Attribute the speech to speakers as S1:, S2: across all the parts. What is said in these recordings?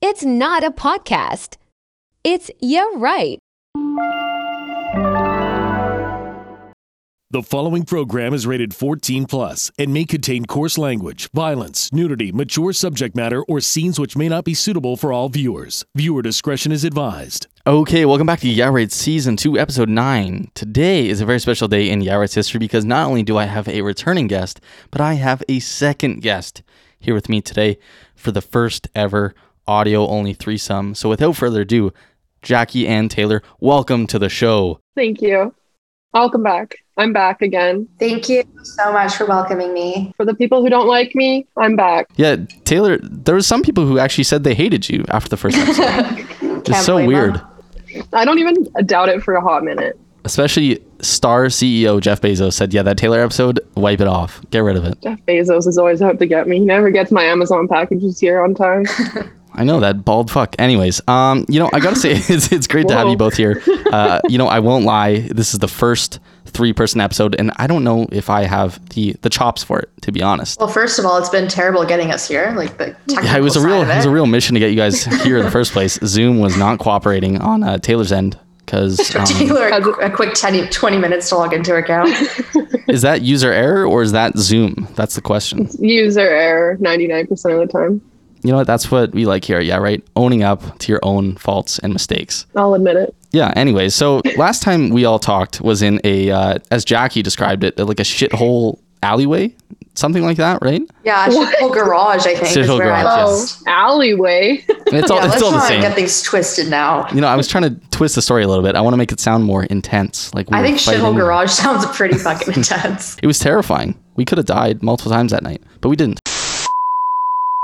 S1: It's not a podcast. It's Yeah Right.
S2: The following program is rated 14 plus and may contain coarse language, violence, nudity, mature subject matter, or scenes which may not be suitable for all viewers. Viewer discretion is advised.
S3: Okay, welcome back to Yarraid Season 2, Episode 9. Today is a very special day in Yarraid's history because not only do I have a returning guest, but I have a second guest here with me today for the first ever audio only threesome. So without further ado, Jackie and Taylor, welcome to the show.
S4: Thank you. Welcome back. I'm back again.
S5: Thank you so much for welcoming me.
S4: For the people who don't like me, I'm back.
S3: Yeah, Taylor, there were some people who actually said they hated you after the first episode. it's
S5: Can't
S3: so
S5: blame 'em.
S3: weird.
S4: I don't even doubt it for a hot minute.
S3: Especially star CEO Jeff Bezos said, yeah, that Taylor episode, wipe it off. Get rid of it.
S4: Jeff Bezos is always out to get me. He never gets my Amazon packages here on time.
S3: I know that bald fuck. Anyways, um, you know, I gotta say it's it's great to have
S4: Whoa.
S3: you both here. Uh, you know, I won't lie. This is the first three person episode, and I don't know if I have the the chops for it. To be honest,
S5: Well, first of all, it's been terrible getting us here. Like the technical
S3: yeah, it was a
S5: side
S3: real
S5: of
S3: it was a real mission to get you guys here in the first place. Zoom was not cooperating on uh, Taylor's end um, because
S5: Took Taylor a, qu- a quick 10, 20 minutes to log into her account.
S3: is that user error or is that Zoom? That's the question.
S4: User error 99% of the time.
S3: You know what? That's what we like here. Yeah, right. Owning up to your own faults and mistakes.
S4: I'll admit it.
S3: Yeah. Anyway, so last time we all talked was in a, uh, as Jackie described it, like a shithole alleyway, something like that, right?
S5: yeah, Shithole Garage, I think, is
S3: Shithole
S5: where I
S3: Garage,
S4: Oh,
S5: lost.
S4: alleyway.
S3: It's all,
S5: Yeah,
S3: it's
S5: let's
S3: all the
S5: not
S3: same.
S5: get things twisted now.
S3: you know, I was trying to twist the story a little bit. I want to make it sound more intense. Like we
S5: I
S3: were
S5: think
S3: fighting.
S5: Shithole Garage sounds pretty fucking intense.
S3: It was terrifying. We could have died multiple times that night, but we didn't.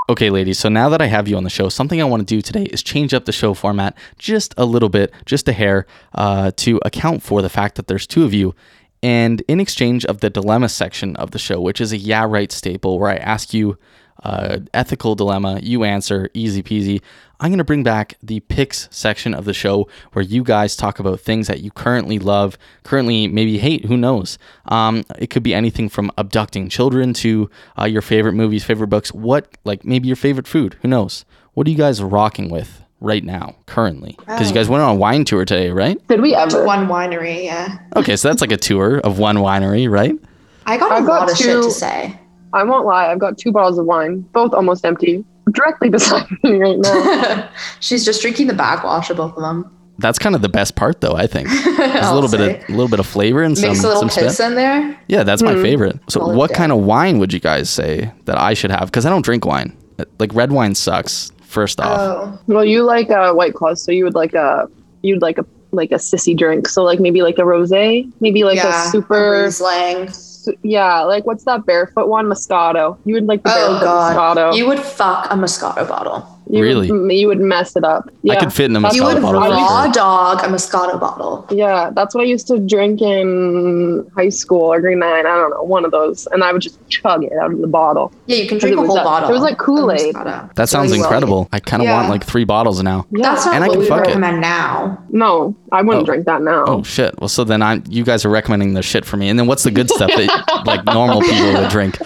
S3: Okay, ladies, so now that I have you on the show, something I want to do today is change up the show format just a little bit, just a hair, uh, to account for the fact that there's two of you. And in exchange of the dilemma section of the show, which is a yeah right staple where I ask you uh, ethical dilemma, you answer, easy peasy. I'm going to bring back the picks section of the show where you guys talk about things that you currently love, currently maybe hate, who knows. Um, it could be anything from abducting children to uh, your favorite movies, favorite books, what, like maybe your favorite food, who knows. What are you guys rocking with right now, currently? Because you guys went on a wine tour today, right?
S4: Did we ever?
S5: One winery, yeah.
S3: Okay, so that's like a tour of one winery, right?
S5: I got a
S4: I've got
S5: lot of shit
S4: two-
S5: to say.
S4: I won't lie. I've got two bottles of wine, both almost empty, directly beside me right now.
S5: She's just drinking the backwash of both of them.
S3: That's kind of the best part, though. I think there's a
S5: I'll
S3: little bit
S5: say.
S3: of a little bit of flavor and some
S5: Mix a little
S3: some
S5: piss
S3: stuff.
S5: in there.
S3: Yeah, that's
S5: Mm-hmm.
S3: my favorite. So,
S5: Solid
S3: what
S5: day.
S3: kind of wine would you guys say that I should have? Because I don't drink wine. Like red wine sucks. First off,
S5: Oh,
S4: Well, you like uh, white claws, so you would like a you'd like a like a sissy drink. So like maybe like a rosé, maybe like
S5: yeah.
S4: a super
S5: Riesling.
S4: su- yeah, like what's that barefoot one? Moscato. You would like the
S5: Oh
S4: barefoot
S5: god,
S4: Moscato.
S5: you would fuck a Moscato bottle.
S4: You
S3: Really?
S4: Would, you would mess it up. Yeah.
S3: I could fit in a
S4: That's-
S5: You would
S3: Moscato bottle. for
S5: raw
S3: sure.
S5: dog a Moscato bottle.
S4: Yeah, that's what I used to drink in high school or grade nine. I don't know, one of those, and I would just chug it out of the bottle.
S5: Yeah, you can
S4: 'Cause
S5: drink
S4: it
S5: a
S4: was
S5: whole
S4: that-
S5: bottle.
S4: it was like
S5: of
S4: Kool-Aid.
S5: Moscato.
S3: That sounds
S5: Really well.
S3: incredible. I kind of want
S5: Yeah.
S3: like three bottles now.
S4: Yeah,
S5: That's not
S3: And I
S5: what
S3: can
S5: we
S3: fuck it.
S5: recommend now.
S4: no, I wouldn't
S3: Oh.
S4: drink that now.
S3: Oh shit! Well, so then I, you guys are recommending the shit for me. And then what's the good stuff that like normal people would drink?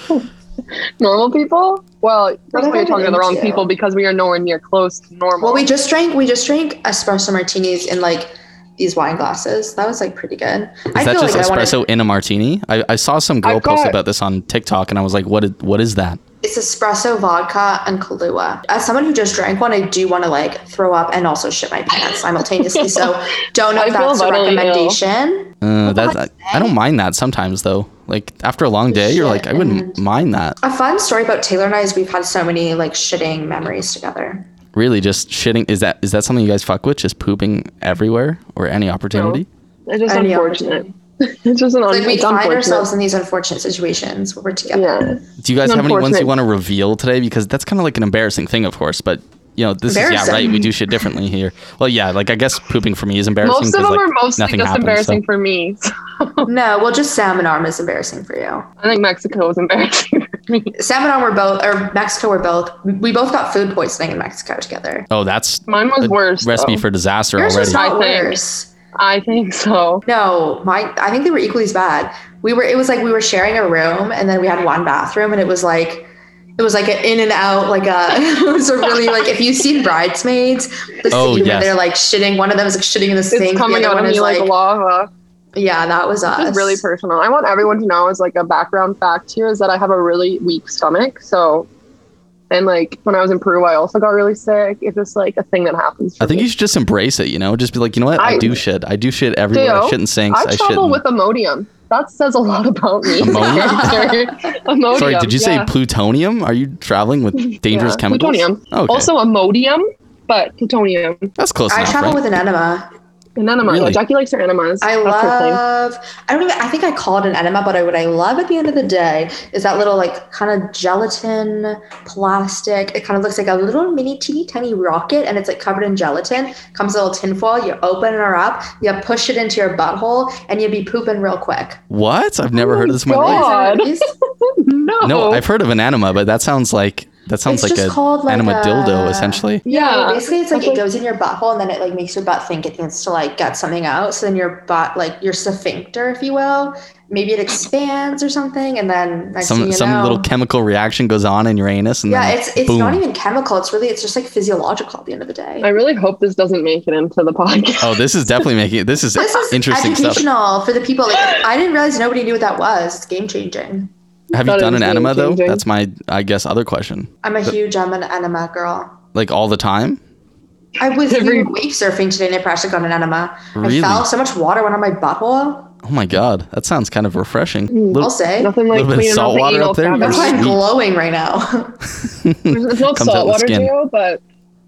S4: Normal people? Well, first
S5: am
S4: we
S5: I
S4: are talking to the wrong
S5: into?
S4: people because we are nowhere near close to normal.
S5: Well, we just drank. We just drank espresso martinis in like these wine glasses. That was like pretty good.
S3: Is that just
S5: I wanna-
S3: espresso in a martini? I, I saw some girl
S4: I've
S3: post
S4: got-
S3: about this on TikTok, and I was like, what? Is, what is that?
S5: It's espresso, vodka, and Kahlua. As someone who just drank one, I do want to like throw up and also shit my pants simultaneously. so don't know
S4: I
S5: if
S4: feel
S5: that's a
S4: vitally ill.
S5: recommendation.
S3: Uh, that I, I don't mind that sometimes though. Like after a long day, you're like, I wouldn't mind that.
S5: A fun story about Taylor and I is we've had so many like shitting memories together.
S3: Really, just shitting. Is that is that something you guys fuck with? Just pooping everywhere or any opportunity?
S4: it's just
S5: Any
S4: unfortunate. it's just an un-
S5: Like we
S4: it's
S5: find
S4: unfortunate.
S5: ourselves in these unfortunate situations where we're together.
S4: yeah.
S3: Do you guys
S4: It's
S3: have any ones you
S4: unfortunate.
S3: want to reveal today? Because that's kind of like an embarrassing thing, of course. But you know, this is yeah,
S5: Embarrassing.
S3: right. We do shit differently here. Well, yeah, like I guess pooping for me is embarrassing.
S4: Most of them
S3: 'cause, like,
S4: are mostly
S3: nothing
S4: just
S3: happens, so-
S4: embarrassing for me.
S5: No, well, just salmon arm is embarrassing for you.
S4: I think Mexico is embarrassing for me.
S5: Salmon arm, we're both, or Mexico, we're both, we both got food poisoning in Mexico together.
S3: Oh, that's
S4: Mine was
S3: a
S4: worse.
S3: recipe
S4: though.
S3: for disaster
S5: Yours
S3: already.
S5: was not
S4: I think.
S5: worse.
S4: I think so.
S5: No, my, I think they were equally as bad. We were, it was like we were sharing a room and then we had one bathroom and it was like, It was like an in and out, like a. It was a really like if you've seen Bridesmaids, the
S3: Oh,
S5: scene where
S3: yes.
S5: they're like shitting. One of them is like shitting in the sink.
S4: It's coming
S5: the other
S4: out
S5: one
S4: of
S5: is
S4: me like, lava.
S5: yeah, that was us.
S4: It's really personal. I want everyone to know as like a background fact here is that I have a really weak stomach. So, and like when I was in Peru, I also got really sick. It's just like a thing that happens. For
S3: I think
S4: me.
S3: you should just embrace it. You know, just be like, you know what? I,
S4: I-
S3: do shit. I do shit everywhere. I
S4: Theo,
S3: shit in sinks.
S4: I
S3: I, shit.
S4: travel
S3: in-
S4: with Imodium. That says a lot about me.
S3: Imodium?
S4: Imodium,
S3: Sorry, did you
S4: yeah.
S3: say plutonium? Are you traveling with dangerous
S4: Yeah,
S3: chemicals?
S4: Plutonium.
S3: Okay,
S4: Also Imodium, but plutonium.
S3: that's close
S5: I
S3: enough,
S5: travel
S3: right?
S5: with an enema.
S4: An enema.
S3: Really?
S4: Jackie likes her enemas.
S5: I
S4: That's her thing.
S5: love. I don't even. I think I call it an enema, but I, what I love at the end of the day is that little like kind of gelatin plastic. It kind of looks like a little mini teeny tiny rocket, and it's like covered in gelatin. Comes a little tinfoil. You open her up. You push it into your butthole, and you be pooping real quick.
S3: what? I've never
S4: Oh
S3: heard of this in my
S4: my
S3: life.
S4: God.
S5: It's,
S4: no.
S3: No, I've heard of an anima, but that sounds like that sounds
S5: Oh. it's
S3: like a
S5: called
S3: anima
S5: a-
S3: dildo essentially.
S5: Yeah,
S4: yeah.
S5: basically it's like
S4: That's
S5: it
S4: like-
S5: goes in your butthole and then it like makes your butt think it needs to like get something out. So then your butt, like your sphincter, if you will, maybe it expands or something, and then next thing
S3: Some
S5: you
S3: some
S5: know,
S3: little chemical reaction goes on in your anus, and
S5: yeah,
S3: then
S5: it's it's
S3: boom.
S5: not even chemical. It's really it's just like physiological at the end of the day.
S4: I really hope this doesn't make it into the podcast.
S3: oh, this is definitely making this is,
S5: this is
S3: interesting
S5: educational
S3: stuff.
S5: for the people. Like I didn't realize nobody knew what that was. It's game changing.
S3: Have you
S4: Thought it
S3: done
S4: was
S3: an
S4: game
S3: anima though?
S4: changing.
S3: That's my I guess other question.
S5: I'm a huge I'm an enema girl.
S3: Like all the time?
S5: I was
S4: Every-
S5: doing wave surfing today and I practically got an enema.
S3: Really?
S5: I fell, so much water went on my butthole.
S3: Oh my god, that sounds kind of refreshing.
S5: I'll
S3: Little-
S5: say.
S4: Nothing like
S3: Little bit of
S4: cleaning
S3: salt
S4: up the
S3: water
S4: anal
S3: up there,
S5: That's
S4: cavities.
S5: why I'm
S3: Sweet.
S5: glowing right now.
S4: There's there's no
S3: Comes out
S4: salt
S3: the
S4: water
S3: skin.
S4: too, but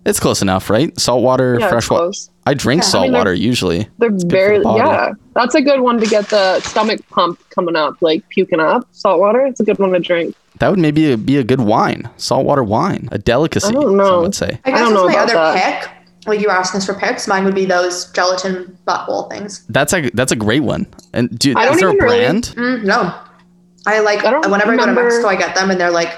S3: it's close enough, right? Salt water,
S4: yeah,
S3: fresh
S4: fresh
S3: water. I drink
S5: Yeah, I
S3: salt
S4: mean,
S3: water usually.
S4: They're
S3: good for the
S4: very
S3: body.
S4: yeah. That's a good one to get the stomach pump coming up, like puking up salt water. It's a good one to drink.
S3: That would maybe be a good wine, saltwater wine, a delicacy.
S4: I don't
S3: Some
S4: know.
S3: would say.
S5: I
S4: I
S5: guess
S4: don't
S5: that's
S4: know
S5: my
S4: about
S5: other
S4: that.
S5: pick. Like you were asking us for picks, mine would be those gelatin butthole things.
S3: That's a that's a great one. And dude,
S4: I
S3: is
S4: don't
S3: there a
S4: even really-
S3: brand?
S5: Mm, no, I like.
S4: Mm-hmm. I don't
S5: whenever I go to
S4: remember-
S5: Mexico, I get them, and they're like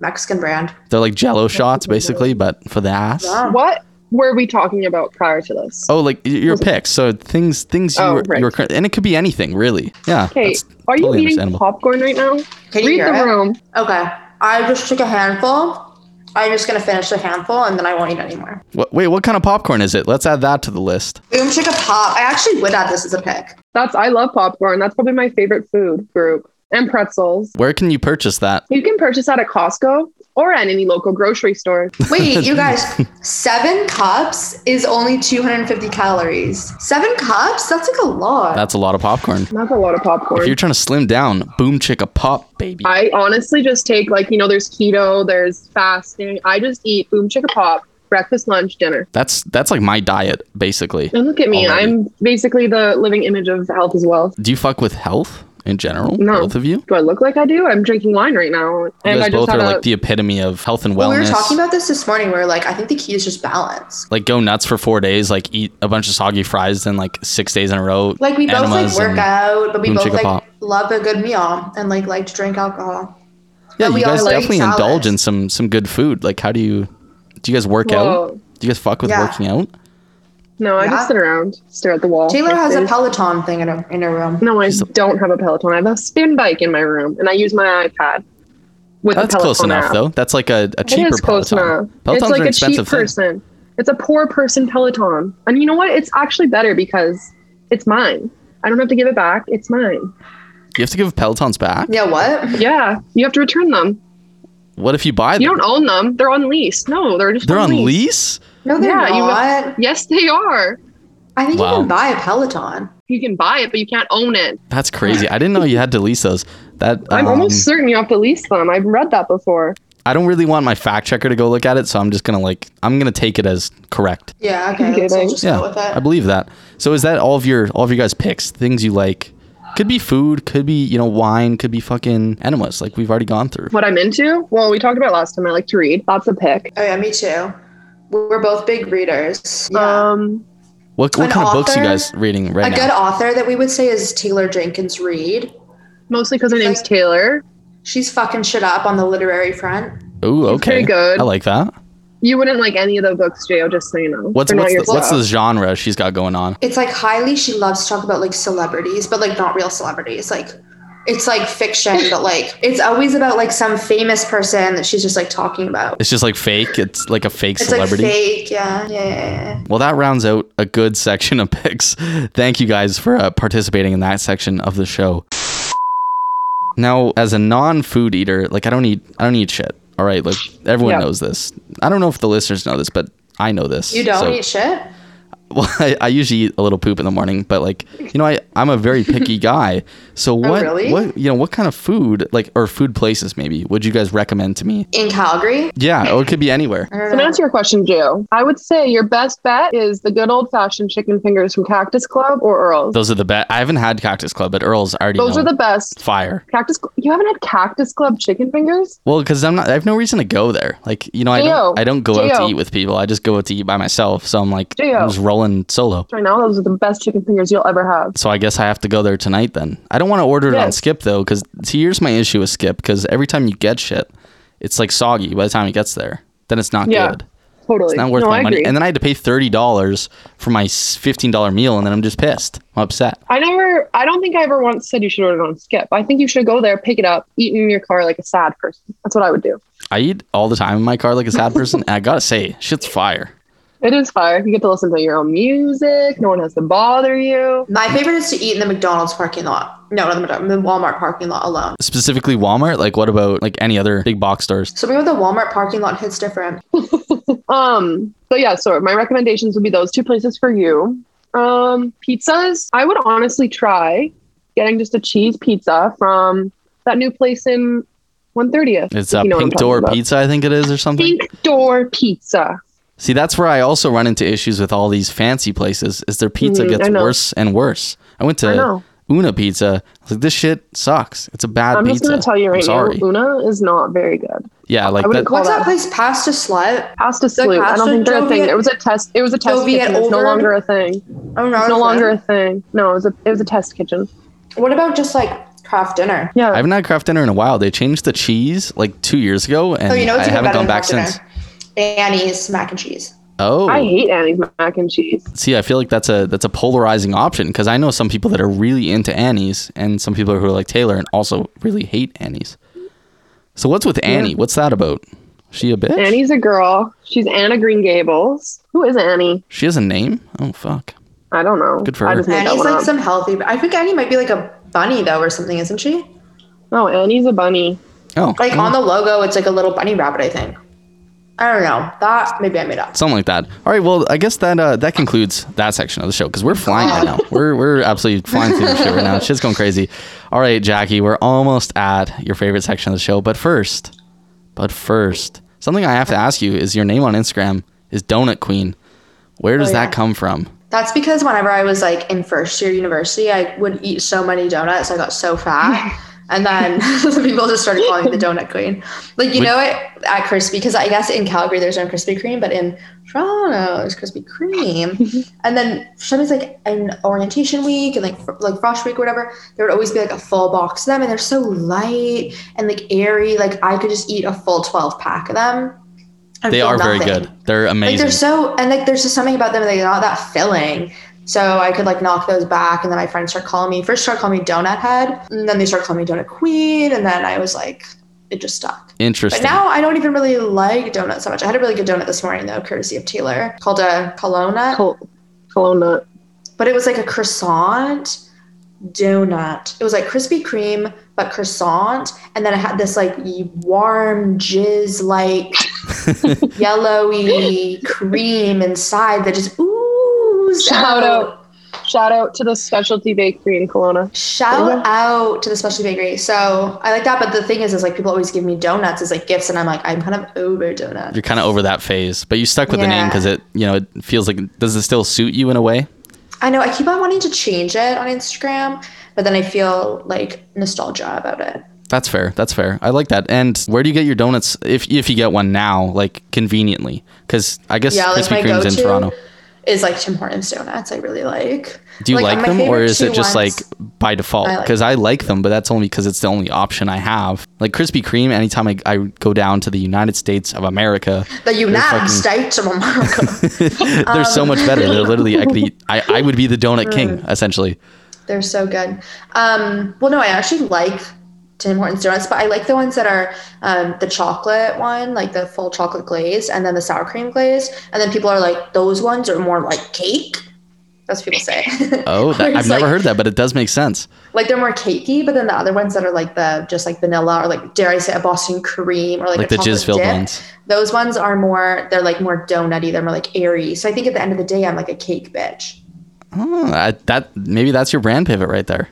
S5: Mexican brand.
S3: They're like Jello shots, basically, but for the ass.
S5: Wow.
S4: What were we talking about prior to this?
S3: Oh, like y- your picks. So things things you
S4: Oh,
S3: were,
S4: right.
S3: you were cur- and it could be anything really. Yeah.
S4: Okay,
S3: that's
S4: are you
S3: totally
S4: eating
S3: understandable.
S4: popcorn right now?
S5: Can you
S4: Read
S5: hear
S4: the
S5: it?
S4: room.
S5: Okay, I just took a handful. I'm just gonna finish the handful, and then I won't eat anymore.
S3: What, wait, what kind of popcorn is it? Let's add that to the list.
S5: Boom chicka pop. I actually would add this as a pick.
S4: That's I love popcorn. That's probably my favorite food group. And pretzels.
S3: Where can you purchase that?
S4: You can purchase that at Costco or at any local grocery store.
S5: Wait, you guys, seven cups is only 250 calories. Seven cups? That's like a lot.
S3: That's a lot of popcorn.
S4: That's a lot of popcorn.
S3: If you're trying to slim down, boom chicka pop, baby.
S4: I honestly just take like you know, there's keto, there's fasting. I just eat boom chicka pop, breakfast, lunch, dinner.
S3: That's that's like my diet basically.
S5: Mm.
S4: And look at me,
S3: Already.
S4: I'm basically the living image of health as well.
S3: Do you fuck with health in general?
S4: No.
S3: Both of you?
S4: Do I look like I do? I'm drinking wine right now,
S3: You
S4: and
S3: guys
S4: I just
S3: both are
S4: had a
S3: like the epitome of health and wellness.
S5: Well, we were talking about this this morning. We were like, I think the key is just balance.
S3: like go nuts for four days, like eat a bunch of soggy fries, then like six days in a row.
S5: Like we both like
S3: enemas
S5: work
S3: and-
S5: out, but we
S3: boom
S5: both
S3: chicka
S5: like
S3: pop.
S5: love a good meal and like like to drink alcohol.
S3: Yeah,
S5: but
S3: you
S5: we
S3: guys
S5: all like
S3: definitely
S5: salads.
S3: indulge in some some good food. Like, how do you do? You guys work out?
S4: Whoa.
S3: Do you guys fuck with
S5: Yeah.
S3: working out?
S4: No, I
S5: Yeah.
S4: just sit around, stare at the wall.
S5: Taylor
S4: like
S5: has a
S4: this.
S5: Peloton thing in her in her room.
S4: No, I don't have a Peloton. I have a spin bike in my room, and I use my iPad. With the
S3: That's close
S4: Peloton
S3: enough,
S4: app.
S3: though. That's like a, a cheaper
S4: it is close
S3: Peloton.
S4: enough.
S3: Pelotons
S4: it's like
S3: are
S4: a cheap
S3: expensive things.
S4: person. It's a poor person Peloton, and you know what? It's actually better because it's mine. I don't have to give it back. It's mine.
S3: You have to give Pelotons back.
S5: Yeah, what?
S4: Yeah, you have to return them.
S3: What if you buy them?
S4: You don't own them. They're on lease. No, they're just
S3: They're on lease.
S5: No, they're
S4: Yeah, you-
S5: not.
S4: Yes, they are.
S5: I think
S3: Wow.
S5: you can buy a Peloton.
S4: You can buy it, but you can't own it.
S3: That's crazy. I didn't know you had to lease those. That
S4: I'm
S3: um,
S4: almost certain you have to lease them. I've read that before.
S3: I don't really want my fact checker to go look at it, so I'm just gonna like I'm gonna take it as correct.
S5: Yeah, okay.
S4: Okay,
S5: let's all
S4: thanks.
S5: just
S3: Yeah,
S5: go with
S3: I
S5: it.
S3: believe that. So is that all of your all of your guys' picks? Things you like? Could be food. Could be you know wine. Could be fucking enemas. Like we've already gone through.
S4: What I'm into? Well, we talked about last time. I like to read. That's a pick.
S5: Oh yeah, me too. We're both big readers. Yeah.
S4: Um,
S3: What what
S5: An
S3: kind of books you
S5: author?
S3: guys reading right
S5: a
S3: now?
S5: good author that we would say is Taylor Jenkins Reid.
S4: mostly because her name's Taylor.
S5: She's fucking shit up on the literary front.
S3: Ooh,
S4: She's
S3: okay.
S4: pretty good.
S3: I like that.
S4: You wouldn't like any of the books, Jo. Just so you know,
S3: What's
S4: They're not
S3: what's
S4: your
S3: the, what's
S4: style.
S3: the genre she's got going on?
S5: It's like highly she loves to talk about like celebrities, but like not real celebrities. Like It's like fiction, but like it's always about like some famous person that she's just like talking about.
S3: It's just like fake. It's like a fake
S5: It's like
S3: celebrity.
S5: fake, yeah, yeah, yeah, yeah.
S3: Well, that rounds out a good section of picks. Thank you guys for uh, participating in that section of the show. Now, as a non-food eater, like I don't eat, I don't eat shit. All right, like everyone
S4: Yeah.
S3: knows this. I don't know if the listeners know this, but I know this.
S5: You don't
S3: So-
S5: eat shit.
S3: Well, I, I usually eat a little poop in the morning, but like you know, I I'm a very picky guy.
S4: Oh,
S3: So what
S5: really?
S3: what you know what kind of food like or food places maybe would you guys recommend to me?
S5: In Calgary,
S3: Yeah, or it could be anywhere.
S5: I don't
S4: So to
S5: know.
S4: answer your question, Joe, I would say your best bet is the good old fashioned chicken fingers from Cactus Club or Earl's.
S3: Those are the best. I haven't had Cactus Club, but Earl's I already.
S4: Those
S3: know.
S4: are the best.
S3: fire.
S4: Cactus, Cl- you haven't had Cactus Club chicken fingers?
S3: Well, because I'm not. I have no reason to go there. Like you know, I
S4: Gio,
S3: don't. I don't go out to
S4: Gio.
S3: eat with people. I just go out to eat by myself. So I'm like,
S4: Gio.
S3: I'm just rolling solo.
S4: Right now, those are the best chicken fingers you'll ever have.
S3: So I guess I have to go there tonight then. I don't want to order it on
S4: Yes.
S3: Skip though, because here's my issue with Skip. Because every time you get shit, it's like soggy by the time it gets there. Then it's not
S4: Yeah.
S3: good.
S4: Totally.
S3: It's not worth
S4: no,
S3: my
S4: I
S3: money.
S4: agree.
S3: And then I had to pay thirty dollars for my s- fifteen dollar meal, and then I'm just pissed. I'm upset.
S4: I never, I don't think I ever once said you should order it on Skip. I think you should go there, pick it up, eat it in your car like a sad person. That's what I would do.
S3: I eat all the time in my car like a sad person. and I gotta say, shit's fire.
S4: It is fire. You get to listen to your own music. No one has to bother you.
S5: My favorite is to eat in the McDonald's parking lot. No, not the McDonald's, the Walmart parking lot alone.
S3: Specifically Walmart. Like what about like any other big box stores?
S5: So we were the Walmart parking lot hits different.
S4: Um, but yeah, so my recommendations would be those two places for you. Um, pizzas, I would honestly try getting just a cheese pizza from that new place in 130th.
S3: It's
S4: if
S3: uh,
S4: you know what I'm
S3: Pink
S4: talking
S3: Door
S4: about.
S3: Pizza, I think it is, or something.
S4: Pink Door Pizza.
S3: See, that's where I also run into issues with all these fancy places. Is their pizza
S4: Mhm, I
S3: gets
S4: know.
S3: worse and worse. I went
S4: I
S3: to
S4: know.
S3: Una Pizza. I was like, this shit sucks. It's a bad
S4: I'm
S3: pizza.
S4: just going to tell you
S3: I'm
S4: right now,
S3: sorry.
S4: Una is not very good.
S3: Yeah, like
S4: I wouldn't
S3: that.
S4: call
S5: What's
S4: that
S5: that place? Pasta Slut.
S4: Pasta salute. I don't
S5: pasta
S4: think they're a thing.
S5: Joviet-
S4: It was a test. It was a test
S5: Joviet
S4: kitchen. It's no
S5: Older?
S4: longer a thing.
S5: Oh no,
S4: It's no longer a thing. No, it was a it was a test kitchen.
S5: What about just like craft dinner?
S3: I
S4: Yeah,
S3: haven't had craft dinner in a while. They changed the cheese like two years ago, and
S5: Oh, you know
S3: I
S5: what's even
S3: haven't
S5: better
S3: gone
S5: than
S3: back
S5: craft
S3: since.
S5: dinner? Annie's mac and cheese.
S3: Oh,
S4: I hate Annie's mac and cheese.
S3: see, I feel like that's a that's a polarizing option because I know some people that are really into Annie's, and some people who are like Taylor and also really hate Annie's. So what's with Annie? What's that about? She a bitch?
S4: Annie's a girl. She's Anna Green Gables. Who is Annie?
S3: She has a name? Oh fuck.
S4: I don't know.
S3: Good for
S4: I
S3: her.
S4: just made that
S5: Annie's
S4: one
S5: like
S4: up.
S5: some healthy. I think Annie might be like a bunny though, or something, isn't she?
S4: No, Annie's a bunny.
S3: Oh,
S5: Like
S3: well.
S5: on the logo, it's like a little bunny rabbit. I think. I don't know. That maybe I made up.
S3: something like that. All right, well, I guess that uh, that concludes that section of the show because we're flying right now. We're we're absolutely flying through the show right now. Shit's going crazy. All right, Jackie, we're almost at your favorite section of the show, but first, but first, something I have to ask you is your name on Instagram is Donut Queen. Where
S5: Oh,
S3: does that come from?
S5: That's because whenever I was like in first year university, I would eat so many donuts, I got so fat. And then people just started calling me the donut queen. Like, you
S3: Would-
S5: know it at Krispy, because I guess in Calgary there's no Krispy Kreme, but in Toronto there's Krispy Kreme. and then sometimes like in orientation week and like fr- like frosh week or whatever, there would always be like a full box of them and they're so light and like airy. Like I could just eat a full 12 pack of them. and
S3: They
S5: feel
S3: are very
S5: nothing.
S3: good. They're amazing.
S5: Like they're so and like there's just something about them that they're not that filling. So I could like knock those back and then my friends start calling me first start calling me donut head and then they start calling me donut queen and then I was like it just stuck. But
S3: Interesting.
S5: now I don't even really like donuts so much. I had a really good donut this morning though, courtesy of Taylor, called a colonna.
S4: Col- Cologne nut.
S5: But it was like a croissant donut. It was like Krispy Kreme, but croissant. And then it had this like warm, jizz like yellowy cream inside that just oozed
S4: Shout
S5: out.
S4: out. Shout out to the specialty bakery in Kelowna.
S5: Shout out to the specialty bakery. So I like that. But the thing is, is like people always give me donuts as like gifts. And I'm like, I'm kind of over donuts.
S3: you're kind of over that phase, but you stuck with the name
S5: Yeah.
S3: because it, you know, it feels like does it still suit you in a way?
S5: I know I keep on wanting to change it on Instagram, but then I feel like nostalgia about it.
S3: That's fair. That's fair. I like that. And where do you get your donuts if if you get one now, like conveniently? Because I guess
S5: Yeah, like
S3: Krispy
S5: my
S3: Kreme's in
S5: go-to
S3: Toronto.
S5: is like Tim Hortons donuts. I really like.
S3: Do you like,
S5: my
S3: them, or
S5: favorite
S3: is it
S5: two
S3: just
S5: ones-
S3: like by default?
S5: I like
S3: Because I, like them, but that's only because it's the only option I have. Like Krispy Kreme, anytime I, I go down to the United States of America,
S5: the United
S3: fucking-
S5: States of America?
S3: they're so much better. They're literally I could eat. I, I would be the donut king essentially.
S5: They're so good. Um, well, no, I actually like Tim Hortons donuts, but I like the ones that are um, the chocolate one, like the full chocolate glazed, and then the sour cream glazed. And then people are like, those ones are more like cake. That's what people say.
S3: Oh,
S5: Where
S3: that, I've
S5: it's
S3: never
S5: like-
S3: heard that, but it does make sense.
S5: Like they're more cakey, but then the other ones that are like the just like vanilla or like dare I say a Boston cream or like,
S3: Like,
S5: a
S3: the
S5: chocolate
S3: jizz filled
S5: dip,
S3: ones.
S5: Those ones are more they're like more donutty. They're more like airy. So I think at the end of the day, I'm like a cake bitch.
S3: Oh, I, that maybe that's your brand pivot right there.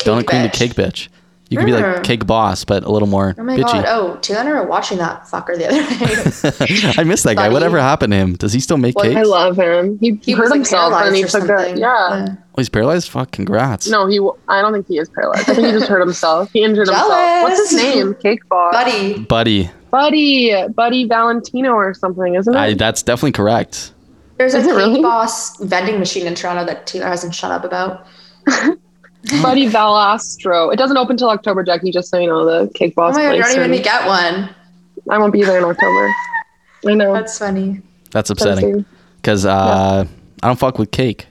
S3: Donut queen to
S5: bitch.
S3: cake bitch. You could be
S5: Mm.
S3: like cake boss, but a little more
S5: Oh my
S3: bitchy.
S5: god! Oh, Taylor and I were watching that fucker the other night.
S3: I miss that guy.
S5: Funny.
S3: Whatever happened to him? Does he still make
S5: oh. Well,
S3: cakes?
S4: I love him. He,
S5: He
S4: hurt
S5: was like
S4: himself and he
S5: paralyzed or
S4: took that.
S5: something.
S4: Yeah.
S3: oh, he's paralyzed. Fuck! Congrats.
S4: No, he. w- I don't think he is paralyzed. I think he just hurt himself. He injured himself. What's his
S5: Jealous.
S4: name? Cake Boss.
S5: buddy.
S3: buddy.
S4: Buddy, Buddy Valentino or something, isn't it?
S3: I, that's definitely correct.
S5: There's a
S4: Is it
S5: cake
S4: really?
S5: boss vending machine in Toronto that Taylor hasn't shut up about.
S4: Buddy Valastro. It doesn't open till October, Jackie. Just so you know, the Cake
S5: Oh
S4: Boss
S5: my god! You're
S4: place.
S5: not even
S4: and
S5: gonna get one.
S4: I won't be there in October. I know.
S5: That's funny.
S3: That's
S4: That's
S3: upsetting
S4: insane.
S3: because uh, I don't fuck with cake.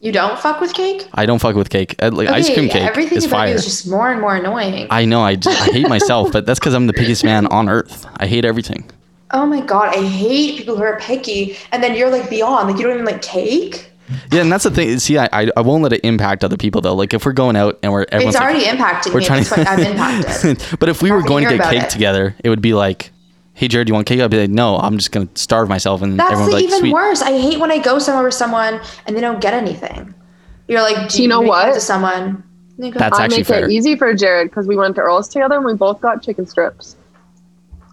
S5: You don't fuck with cake.
S3: I don't fuck with cake. Uh, Like ice
S5: Okay,
S3: cream cake
S5: Everything
S3: is
S5: about
S3: fire.
S5: you is just more and more annoying.
S3: I know. I, just, I hate myself, but that's because I'm the biggest man on earth. I hate everything.
S5: oh my god! I hate people who are picky, and then you're like beyond. Like you don't even like cake.
S3: Yeah, and that's the thing. See, I, I, I won't let it impact other people though. Like if we're going out and we're everyone's
S5: it's
S3: like,
S5: already impacting
S3: we're
S5: me.
S3: trying
S5: That's why I'm
S3: to.
S5: impacted.
S3: but if we were
S5: to
S3: going to
S5: hear
S3: get
S5: about
S3: cake
S5: it.
S3: together, it would be like, "Hey Jared, do you want cake?" I'd be like, "No, I'm just gonna starve myself." And
S5: That's
S3: everyone's
S5: like,
S3: like,
S5: even
S3: "Sweet."
S5: worse. I hate when I go somewhere with someone and they don't get anything. You're like, do
S4: You know
S5: reach out
S4: what?
S5: To someone. And they go,
S3: That's
S4: I
S3: actually
S4: make
S3: fair.
S4: it easy for Jared because we went to Earl's together and we both got chicken strips.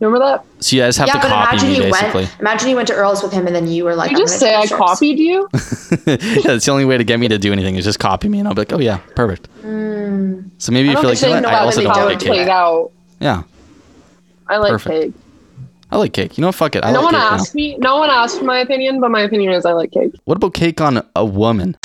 S4: Remember that?
S3: So you guys have
S5: yeah,
S3: to
S5: but
S3: copy
S5: imagine
S3: me,
S5: you
S3: basically.
S5: went. Imagine you went to Earl's with him, and then you were like,
S4: You
S5: I'm
S4: just
S5: gonna
S4: say I
S5: take strips.
S4: copied you.
S3: yeah, that's the only way to get me to do anything is just copy me, and I'll be like, "Oh yeah, perfect."
S5: Hmm.
S3: So maybe you feel
S4: I don't
S3: like you
S4: actually
S3: know
S5: know
S3: what? I
S5: why
S3: also
S5: they
S3: don't
S4: how
S5: do
S3: like
S4: it
S5: it.
S3: cake.
S4: played out.
S3: Yeah,
S4: I like
S3: Perfect.
S4: cake.
S3: I like cake. You know, what? fuck it. I
S4: no
S3: like
S4: one
S3: cake. now.
S4: asked me. No one asked for my opinion, but my opinion is I like cake.
S3: What about cake on a woman?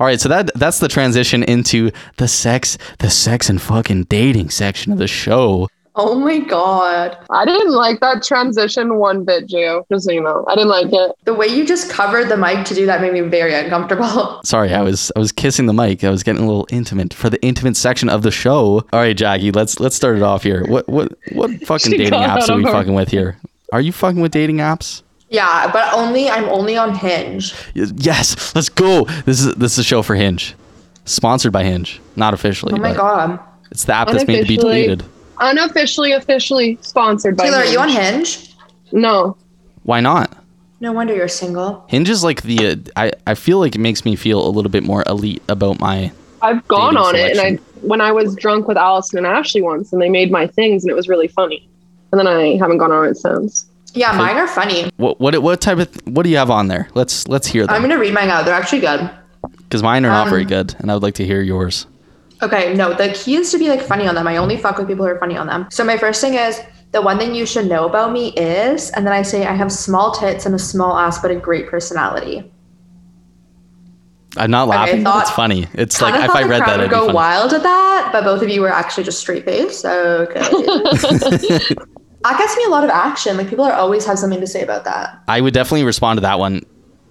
S3: All right, so that that's the transition into the sex, the sex and fucking dating section of the show.
S5: Oh my god!
S4: I didn't like that transition one bit, Joe. Just so you know, I didn't like it.
S5: The way you just covered the mic to do that made me very uncomfortable.
S3: Sorry, I was I was kissing the mic. I was getting a little intimate for the intimate section of the show. All right, Jackie, let's let's start it off here. What what what fucking
S4: She
S3: dating
S4: got
S3: apps
S4: out
S3: are
S4: of
S3: we
S4: her.
S3: fucking with here? Are you fucking with dating apps?
S5: yeah, but only I'm only on Hinge.
S3: Y- Yes, let's go. This is this is a show for Hinge, sponsored by Hinge, not officially.
S5: Oh my
S3: but
S5: god!
S3: it's the app that's made to be
S4: Unofficially.
S3: deleted.
S4: Unofficially, officially sponsored by.
S5: Taylor, are you on
S4: Hinge.
S5: Hinge?
S4: No,
S3: Why not?
S5: No wonder you're single.
S3: Hinge is like the uh, I, I feel like it makes me feel a little bit more elite about my
S4: I've gone
S3: Dating
S4: on it, and
S3: selection.
S4: I when I was drunk with Allison and Ashley once, and they made my things, and it was really funny. And then I haven't gone on it since.
S5: Yeah, mine are funny.
S3: what what what type of what do you have on there? Let's let's hear
S5: I'm
S3: them
S5: gonna read mine out. They're actually good.
S3: because mine are not very
S4: um,
S3: good, and I would like to hear yours.
S5: Okay, no, the key is to be like funny on them. I only fuck with people who are funny on them. So my first thing is the one thing you should know about me is, and then I say I have small tits and a small ass, but a great personality.
S3: I'm not
S5: I
S3: laughing.
S5: thought-
S3: it's funny. It's
S5: Kinda
S3: like if
S5: thought
S3: I
S5: the
S3: read
S5: crowd
S3: that,
S5: would
S3: it'd be
S5: go
S3: funny.
S5: wild at that, but both of you were actually just straight faced, so good. that gets me a lot of action. Like people are always have something to say about that.
S3: I would definitely respond to that one,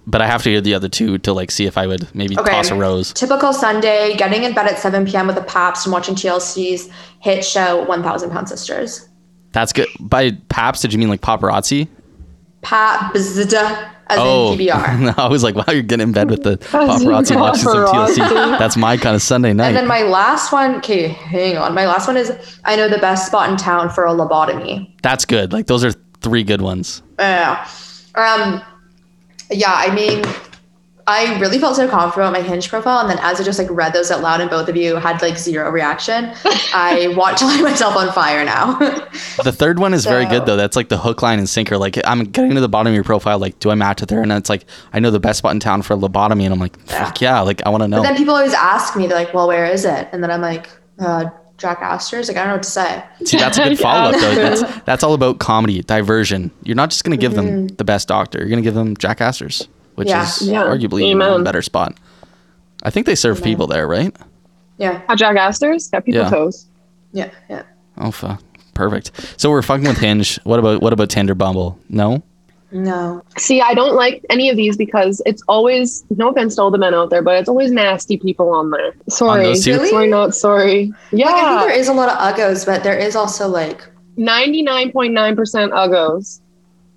S3: but I have to hear the other two to like see if I would maybe
S5: Okay.
S3: toss a rose.
S5: Typical Sunday, getting in bed at 7 p.m. with the Paps and watching TLC's hit show 1,000 Pound Sisters.
S3: That's good. By Paps, did you mean like paparazzi?
S5: Pap bzd, as
S3: Oh,
S5: in PBR.
S3: I was like, wow, you're getting in bed with the paparazzi watching some TLC.
S4: Paparazzi.
S3: That's my kind of Sunday night.
S5: And then my last one, okay, hang on. My last one is I know the best spot in town for a lobotomy.
S3: That's good. Like those are three good ones.
S5: Yeah. Um, yeah, I mean, I really felt so confident about my hinge profile. And then as I just like read those out loud and both of you had like zero reaction, I want to light myself on fire now.
S3: The third one is very good
S5: So-
S3: though. That's like the hook, line, and sinker. Like I'm getting to the bottom of your profile. Like, do I match with her? And it's like, I know the best spot in town for a lobotomy, and I'm like, fuck yeah! Like I want to know.
S5: But then people always ask me, they're like, well, where is it? And then I'm like, uh, Jack Astor's? Like, I don't know what to say.
S3: See, that's a good
S4: Yeah.
S3: follow up though. That's that's all about comedy diversion. You're not just gonna give them the best doctor. You're gonna give them Jack Astor's, which
S5: Yeah.
S3: is
S4: Yeah.
S3: arguably even a
S4: Amen.
S3: better spot. I think they serve people there, right?
S5: Yeah.
S4: At Jack Astor's, got people
S3: Yeah.
S4: toes.
S5: Yeah. Yeah.
S3: Oh fuck. Perfect. So we're fucking with Hinge. What about what about Tinder Bumble? No?
S5: No.
S4: See, I don't like any of these because it's always no offense to all the men out there, but it's always nasty people on there. Sorry,
S3: those two?
S5: Really?
S4: sorry, not sorry.
S5: Like, I think
S4: Yeah,
S5: there is a lot of uggos, but there is also like
S4: ninety nine point nine percent uggos.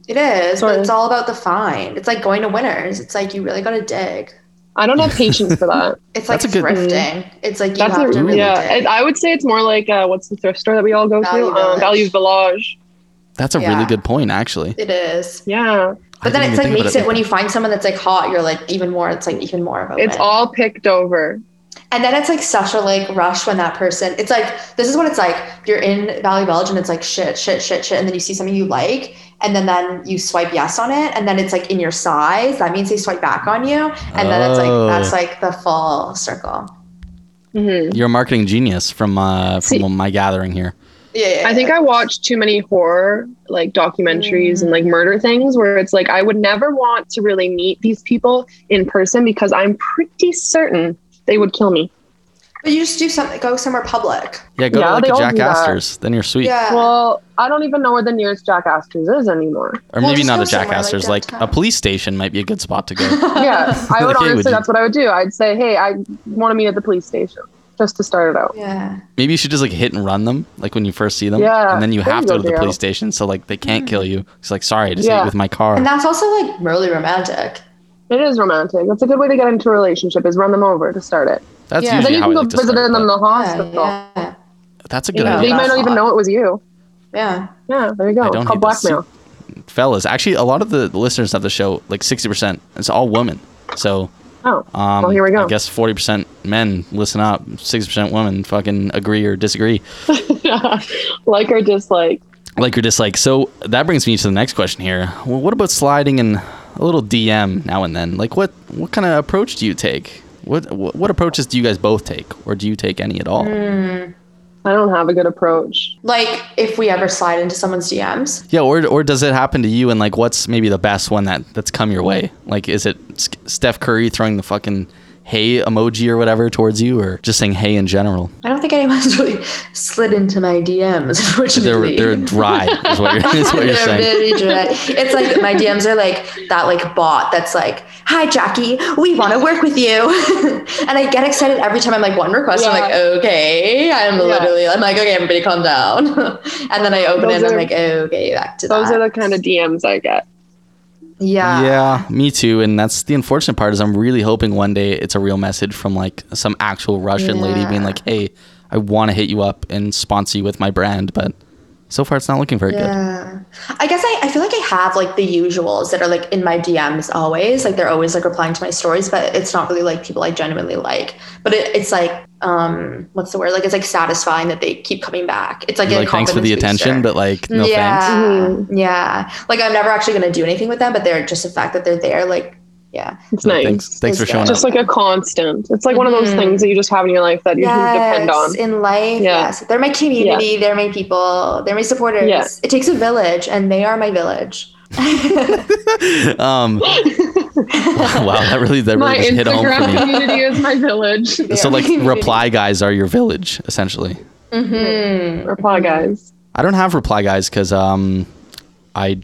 S5: it is,
S4: Sorry.
S5: but it's all about the find. It's like going to winners. It's like you really gotta dig.
S4: I don't have patience for that.
S5: It's like
S3: That's a good-
S5: thrifting. It's like you
S4: Mm-hmm. That's
S5: have
S4: a,
S5: to really
S4: yeah.
S5: dig.
S4: it- I would say it's more like uh, what's the thrift store that we all go
S5: Value
S4: to? Um,
S5: Village.
S4: Value Village.
S3: That's a really
S5: Yeah.
S3: good point, actually.
S5: it is.
S4: Yeah,
S3: I
S5: But then
S3: didn't even
S5: it's like
S3: think about
S5: makes it when you find someone that's like hot, you're like even more. It's like even more of a.
S4: it's
S5: win.
S4: all picked over.
S5: And then it's like such a like rush when that person. It's like this is what it's like. You're in Valley Village and it's like shit, shit, shit, shit. And then you see something you like, and then then you swipe yes on it, and then it's like in your size. That means they swipe back on you, and then it's
S3: Oh.
S5: like that's like the full circle.
S4: hmm
S3: You're a marketing genius from uh, from
S4: See-
S3: my gathering here.
S5: Yeah, yeah,
S4: I think
S5: yeah.
S4: I watched too many horror like documentaries and
S5: Mm.
S4: like murder things where it's like I would never want to really meet these people in person because I'm pretty certain they would kill me.
S5: But you just do something. Go somewhere public.
S3: Yeah, go
S4: Yeah,
S3: to like
S4: they
S3: a
S4: all
S3: Jack
S4: do that.
S3: Astor's, then you're sweet,
S5: Yeah.
S4: Well, I don't even know where the nearest Jack Astor's is anymore.
S3: or
S5: Well,
S3: maybe
S5: just
S3: not
S5: go
S3: a Jack
S5: somewhere, like,
S3: Astor's. Like, a
S5: downtown.
S3: police station might be a good spot to go.
S4: Yeah,
S3: Okay,
S4: I would
S3: would
S4: honestly,
S3: you-
S4: that's what I would do. I'd say, hey, I want to meet at the police station just to start it out.
S5: yeah.
S3: maybe you should just like hit and run them, like when you first see them,
S4: Yeah,
S3: and then you
S4: there
S3: have
S4: you
S3: to
S4: go,
S3: go to the
S4: Daryl.
S3: police station, so like they can't kill you. It's like sorry, I just
S4: Yeah.
S3: hit with my car.
S5: And that's also like really romantic.
S4: It is romantic. That's a good way to get into a relationship is run them over to start it.
S3: That's
S5: Yeah.
S4: And then
S3: usually
S4: you
S3: how I
S4: can go
S3: like to
S4: visit
S3: start.
S4: them in
S3: but
S4: the hospital.
S5: Yeah. Yeah.
S3: That's a good
S4: You know,
S3: idea.
S4: they might not even know it was you.
S5: yeah.
S4: Yeah, there you go.
S3: I don't
S4: It's called
S3: hate this.
S4: blackmail.
S3: fellas. Actually, a lot of the listeners of the show, like sixty percent, it's all women. So,
S4: Oh,
S3: um,
S4: well, here we go.
S3: I guess forty percent men listen up, sixty percent women fucking agree or disagree,
S4: like or dislike.
S3: like or dislike. So that brings me to the next question here. Well, what about sliding in a little DM now and then? Like, what what kind of approach do you take? What what, what approaches do you guys both take, or do you take any at all?
S4: I don't have a good approach.
S5: Like if we ever slide into someone's DMs.
S3: Yeah, or or does it happen to you? And like, what's maybe the best one that that's come your way? Like, is it S- Steph Curry throwing the fucking hey emoji or whatever towards you, or just saying hey in general?
S5: I don't think anyone's really slid into my DMs,
S3: They're
S5: unfortunately.
S3: they're dry, is what you're, is what you're
S5: They're
S3: saying.
S5: very dry. It's like my DMs are like that like bot that's like, hi Jackie, we want to work with you. and I get excited every time I'm like one request. I'm
S4: Yeah.
S5: like, okay. I'm
S4: Yeah.
S5: literally I'm like, okay, everybody calm down. and then I open
S4: Those
S5: it and I'm
S4: are-
S5: like, okay, back to
S4: Those
S5: that.
S4: are the kind of DMs I get.
S5: yeah.
S3: Yeah, me too. And that's the unfortunate part is I'm really hoping one day it's a real message from like some actual Russian lady being
S5: Yeah.
S3: like, hey, I want to hit you up and sponsor you with my brand, but so far it's not looking very good.
S5: Yeah. I guess I, I feel like I have like the usuals that are like in my DMs always. Like they're always like replying to my stories, but it's not really like people I genuinely like. But it, it's like, um, what's the word? Like it's like satisfying that they keep coming back. It's like,
S3: You're
S5: a
S3: like thanks for the
S5: confidence
S3: attention,
S5: booster.
S3: but like no thanks.
S5: yeah,
S4: thanks.
S5: yeah. Like I'm never actually gonna do anything with them, but they're just the fact that they're there. Like, yeah,
S4: It's
S3: No
S4: nice.
S3: Thanks, thanks for
S5: It's
S3: showing
S5: good.
S3: up.
S4: Just like a constant. It's like one of those
S5: Mhm.
S4: things that you just have in your life that you can depend on.
S5: in life.
S4: Yeah.
S5: Yes, they're my community. They're my people. They're my supporters.
S4: Yeah.
S5: It takes a village, and they are my village.
S3: um wow that really that really
S4: My
S3: just hit home for
S4: Instagram
S3: me
S4: community is my village.
S3: so like reply guys are your village essentially
S5: hmm
S4: Reply guys.
S3: i don't have reply guys because um I,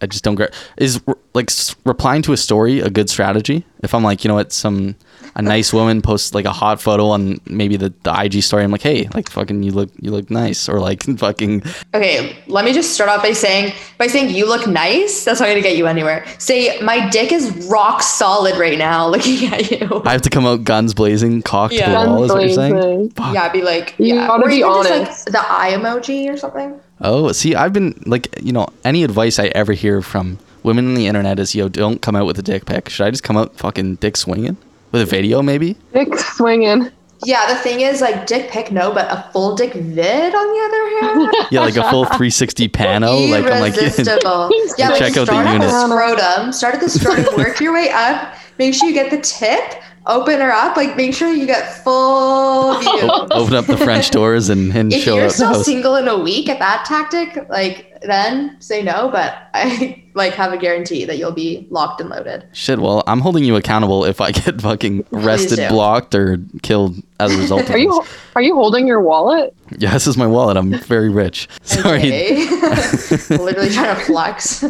S3: I just don't get is like s- replying to a story a good strategy if i'm like you know what some a nice woman posts like a hot photo on maybe the, the ig story i'm like hey like fucking you look you look nice or like fucking
S5: Okay, let me just start off by saying by saying you look nice. That's not going to get you anywhere. Say my dick is rock solid right now, looking at you.
S3: i have to come out guns blazing cock to
S5: Yeah.
S3: the
S5: Guns
S3: wall is what you're saying
S4: Blazing.
S3: Fuck.
S5: yeah, be like
S4: You
S5: yeah,
S4: gotta
S5: or
S4: be
S5: even just
S4: honest.
S5: like the eye emoji or something.
S3: Oh, see, I've been like, you know, any advice I ever hear from women on the internet is, yo, don't come out with a dick pic. Should I just come out fucking dick swinging with a video, maybe?
S4: Dick swinging.
S5: Yeah, the thing is like dick pic no, but a full dick vid on the other hand.
S3: Yeah, like a full 360 pano. Oh, Like I'm like,
S5: Irresistible. yeah, like
S3: Check out the
S5: start at
S3: unit.
S5: the scrotum. Start at the scrotum. work your way up. Make sure you get the tip. Open her up. Like make sure you get full view.
S3: open up the French doors and and
S5: if
S3: show
S5: you're
S3: up the
S5: still
S3: house.
S5: single in a week at that tactic, like then say no. But I like have a guarantee that you'll be locked and loaded.
S3: Shit, well, I'm holding you accountable if I get fucking arrested,
S5: do.
S3: blocked, or killed as a result of
S4: Are you
S3: this.
S4: are you holding your wallet?
S3: Yeah, this is my wallet. I'm very rich. Sorry.
S5: Okay? Literally trying to flex.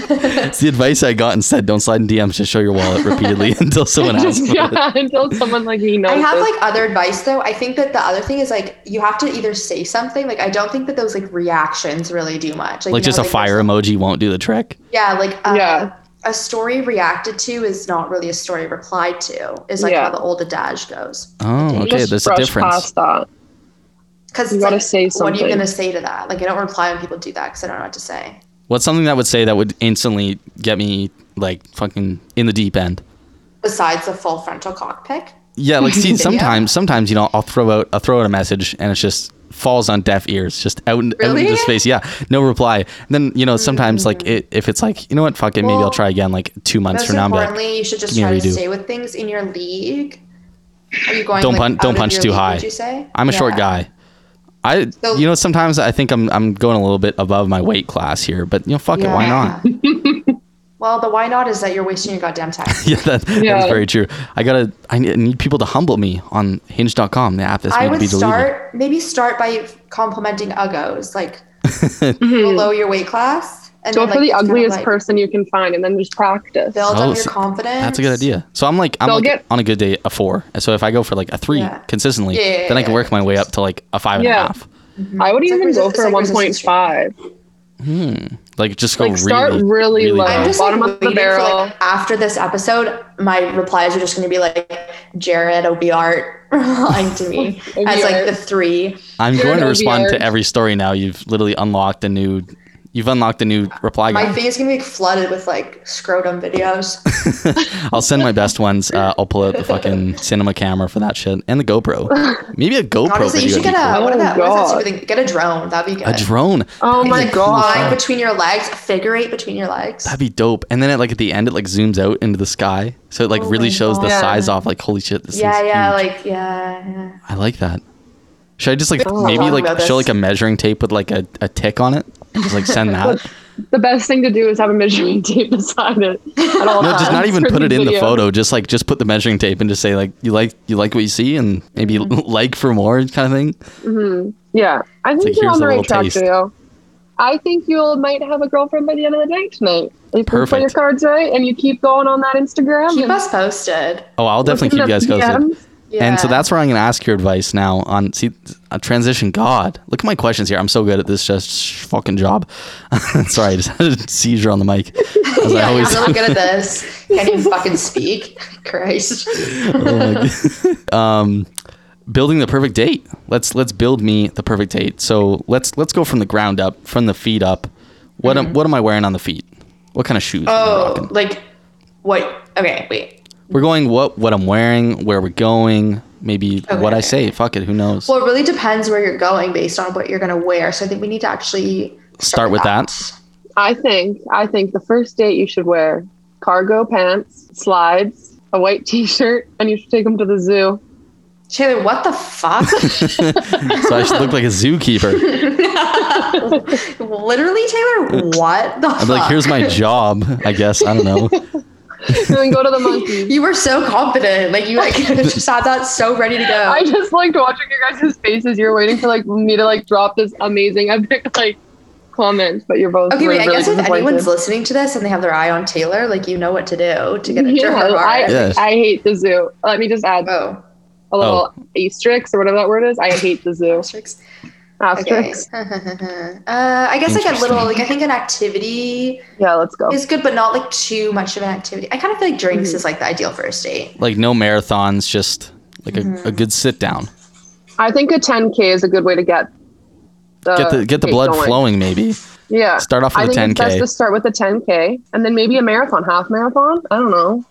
S3: It's the advice I got and said don't slide in DMs, just show your wallet repeatedly until someone asks.
S4: Just,
S3: for it.
S4: yeah, until someone like me knows.
S5: I have
S4: this.
S5: like other advice though. I think that the other thing is like you have to either say something. Like I don't think that those like reactions really do much.
S3: Like
S5: you
S3: just
S5: know,
S3: a fire
S5: there's-
S3: emoji won't do the trick.
S5: Yeah, like uh,
S4: Yeah.
S5: a story reacted to is not really a story replied to. Is like
S4: Yeah.
S5: how the old adage goes.
S3: Oh, okay.
S4: Just
S3: there's a
S4: brush
S3: difference.
S4: Past that.
S5: Because
S4: You gotta say
S5: What are you
S4: something.
S5: gonna say to that? Like I don't reply when people do that because I don't know what to say.
S3: What's something that would say that would instantly get me like fucking in the deep end?
S5: Besides the full frontal cockpit.
S3: Yeah, like see,
S5: Yeah.
S3: sometimes, sometimes you know, I'll throw out, I'll throw out a message, and it just falls on deaf ears, just out, in- out into
S5: Really? Hmm.
S3: space. Yeah, no reply. And then you know, sometimes like it, if it's like, you know what, fuck it, maybe I'll
S5: Well,
S3: try again like two months
S5: Most
S3: from now. and be like,
S5: importantly, you should just
S3: give me a
S5: try to
S3: redo.
S5: stay with things in your league. Are you going?
S3: Don't
S5: like,
S3: pun- don't
S5: out of
S3: punch
S5: your
S3: too
S5: league,
S3: high.
S5: Would you say?
S3: I'm a short
S5: Yeah.
S3: guy. I,
S5: So-
S3: you know, sometimes I think I'm, I'm going a little bit above my weight class here, but you know, fuck it, why not?
S5: Yeah. well, the why not is that you're wasting your goddamn time.
S3: Yeah, that, that is
S4: Yeah.
S3: very true. I gotta, I need, I need people to humble me on Hinge.com, the app that's
S5: I
S3: made to
S5: would
S3: be deleted.
S5: start maybe start by complimenting uggos, like below your weight class. And
S4: Mm-hmm. Go Mm. for the
S5: then, like, just kind of,
S4: ugliest
S5: like,
S4: person you can find, and then just practice.
S5: Build
S3: Oh,
S5: up your
S3: so-
S5: confidence.
S3: That's a good idea. So I'm like, I'm
S4: They'll
S3: like
S4: get-
S3: on a good day a four. And So if I go for like a three
S5: Yeah.
S3: consistently,
S5: Yeah, yeah,
S3: then I can
S5: yeah,
S3: work my way up to like a five and a
S4: Yeah.
S3: half.
S4: I would
S5: It's like
S4: even
S5: resi-
S4: go
S5: it's
S4: for a
S5: like resistance
S4: 1.5
S3: Like just go
S4: Like
S3: really,
S4: start really, low,
S5: I'm just
S4: Um, bottom
S5: like,
S4: of the
S5: waiting for,
S4: barrel.
S5: like, after this episode, my replies are just going to be like Jared Obiart replying to me as like
S4: Obiart.
S5: the three.
S3: I'm going to
S4: It'll be
S3: respond to
S4: hard.
S3: every story now. You've literally unlocked a new, you've unlocked a new reply
S5: My
S3: guy.
S5: thing is going to be flooded with like scrotum videos.
S3: I'll send my best ones. Uh, I'll pull out the fucking cinema camera for that shit and the GoPro. Maybe a GoPro
S5: Honestly, you
S3: video. would
S5: should
S3: be
S5: get a
S4: cool.
S5: what, are
S4: Oh,
S5: that, what is that
S4: God.
S5: stupid thing? Get a drone. That'd be
S3: cool.
S5: good.
S3: a drone.
S4: Oh my
S5: Like,
S4: God.
S5: flying between your legs, figure eight between your legs.
S3: That'd be dope. And then it, like at the end, it like zooms out into the sky, so it like
S5: Oh
S3: really
S5: my
S3: shows the
S5: God.
S3: size off. Like holy shit, this
S5: yeah,
S3: thing's
S5: yeah,
S3: huge.
S5: like yeah, yeah.
S3: I like that. Should I just like
S5: Oh,
S3: maybe
S5: talking
S3: like
S5: about
S3: show
S5: this.
S3: like a measuring tape with like a, a tick on it and just like send that?
S4: The best thing to do is have a measuring tape beside it at all
S3: no,
S4: times.
S3: just not even
S4: for
S3: put it in the
S4: video.
S3: photo. Just like just put the measuring tape and just say like you like you like what you see and maybe
S5: Mm-hmm.
S3: like for more kind of thing.
S4: Yeah, I think
S3: like, here's
S4: you're
S3: a
S4: on the
S3: little
S4: right track,
S3: taste.
S4: Julio. I think you'll might have a girlfriend by the end of the day tonight. If you play your
S3: Perfect.
S4: cards right and you keep going on that Instagram,
S5: Keep
S4: and
S5: us posted.
S3: Oh, I'll definitely keep you guys
S4: looking at
S3: posted.
S4: DMs.
S5: Yeah.
S3: And so that's where I'm going to ask your advice now on see uh, transition. God, look at my questions here. I'm so good at this just sh- fucking job. Sorry, I just had a seizure on the mic. As I
S5: yeah,
S3: always
S5: I'm really good at this. Can't even fucking speak. Christ.
S3: um, building the perfect date. Let's let's build me the perfect date. So let's let's go from the ground up, from the feet up. What am what am I wearing on the feet? What kind of shoes am I
S5: Oh,
S3: rocking?
S5: like what? Okay, wait.
S3: We're going what what I'm wearing, where we're going, maybe what I
S5: okay,
S3: say. Fuck it, who knows?
S5: Well, it really depends where you're going based on what you're gonna wear. So I think we need to actually
S3: Start with that.
S4: I think I think the first date you should wear cargo pants, slides, a white T-shirt, and you should take them to the zoo.
S5: Taylor, what the fuck?
S3: so I should look like a zookeeper.
S5: Literally, Taylor, what the
S3: I'm
S5: fuck?
S3: like, here's my job, I guess. I don't know.
S4: And then go to the monkey.
S5: you were so confident. Like you like just had that so ready to go.
S4: I just liked watching your guys' faces. You're waiting for like me to like drop this amazing epic like comment, but you're both
S5: Okay,
S4: were
S5: wait. I
S4: really
S5: guess if
S4: disappointed.
S5: anyone's listening to this and they have their eye on Taylor, like you know what to do to get it to
S4: Yeah,
S5: her
S4: I,
S5: heart.
S3: Yes.
S4: I hate the zoo. Let me just add
S5: Oh,
S4: a little
S3: Oh.
S4: asterisk or whatever that word is. I hate the zoo.
S5: asterisks. Okay.
S4: Asterisk.
S5: uh, I guess like a little, like I think an activity
S4: Yeah, let's go.
S5: is good, but not like too much of an activity. I kind of feel like drinks
S4: Mm-hmm.
S5: is like the ideal first date.
S3: Like no marathons, just like a, a good sit down.
S4: I think a 10k is a good way to get the
S3: Get the get the
S4: date
S3: blood
S4: Uh, going.
S3: flowing, maybe.
S4: Yeah,
S3: Start off
S4: I
S3: with a
S4: think it's best
S3: 10k.
S4: to start with a 10k and then maybe a marathon, half marathon. I don't know.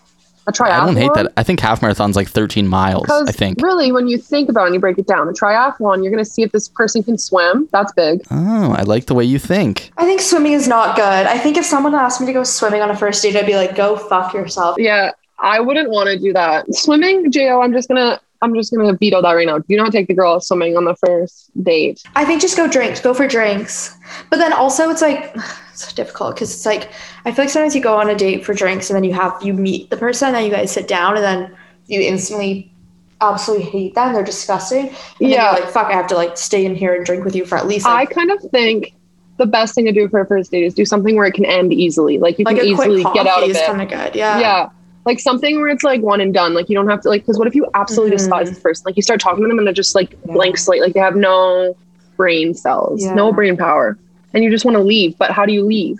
S4: A triathlon.
S3: I don't hate that. I think half marathon's like 13 miles.
S4: Because
S3: I think.
S4: really, when you think about it and you break it down, a triathlon, you're going to see if this person can swim. That's big.
S3: Oh, I like the way you think.
S5: I think swimming is not good. I think if someone asked me to go swimming on a first date, I'd be like, go fuck yourself.
S4: Yeah, I wouldn't want to do that. Swimming, Jo. I'm just gonna, I'm just gonna veto that right now. Do not take the girl swimming on the first date.
S5: I think just go drinks, go for drinks. But then also it's like it's so difficult because it's like I feel like sometimes you go on a date for drinks and then you have you meet the person and then you guys sit down and then you instantly absolutely hate them. They're disgusting. And then
S4: Yeah.
S5: you're like, fuck, I have to like stay in here and drink with you for at least
S4: I
S5: like,
S4: kind of think the best thing to do for a first date is do something where it can end easily. Like you
S5: Like
S4: can
S5: a quick
S4: easily
S5: coffee
S4: get out of
S5: is
S4: it.
S5: kind of good. Yeah.
S4: yeah. Like something where it's like one and done. Like you don't have to like because what if you absolutely
S5: Mhm.
S4: despise this person? Like you start talking to them and they're just like
S5: Yeah.
S4: blank slate. Like they have no brain cells,
S5: Yeah.
S4: no brain power, and you just want to leave. But how do you leave?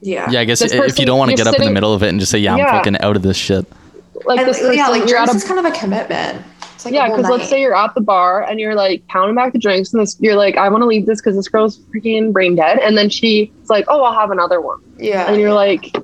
S5: Yeah.
S3: Yeah, I guess
S4: This
S3: i- if you
S4: person-
S3: don't want to
S4: you're
S3: get up in the
S4: sitting-
S3: middle of it and just say, yeah, I'm
S4: Yeah.
S3: fucking out of this shit.
S4: Like
S5: And,
S4: this person,
S5: yeah, like
S4: you're out
S5: this
S4: of
S5: is kind of a commitment. It's like a
S4: yeah,
S5: whole
S4: because let's
S5: night.
S4: say you're at the bar and you're like pounding back the drinks, and this, you're like, I want to leave this because this girl's freaking brain dead. And then she's like, Oh, I'll have another one.
S5: yeah,
S4: And you're like,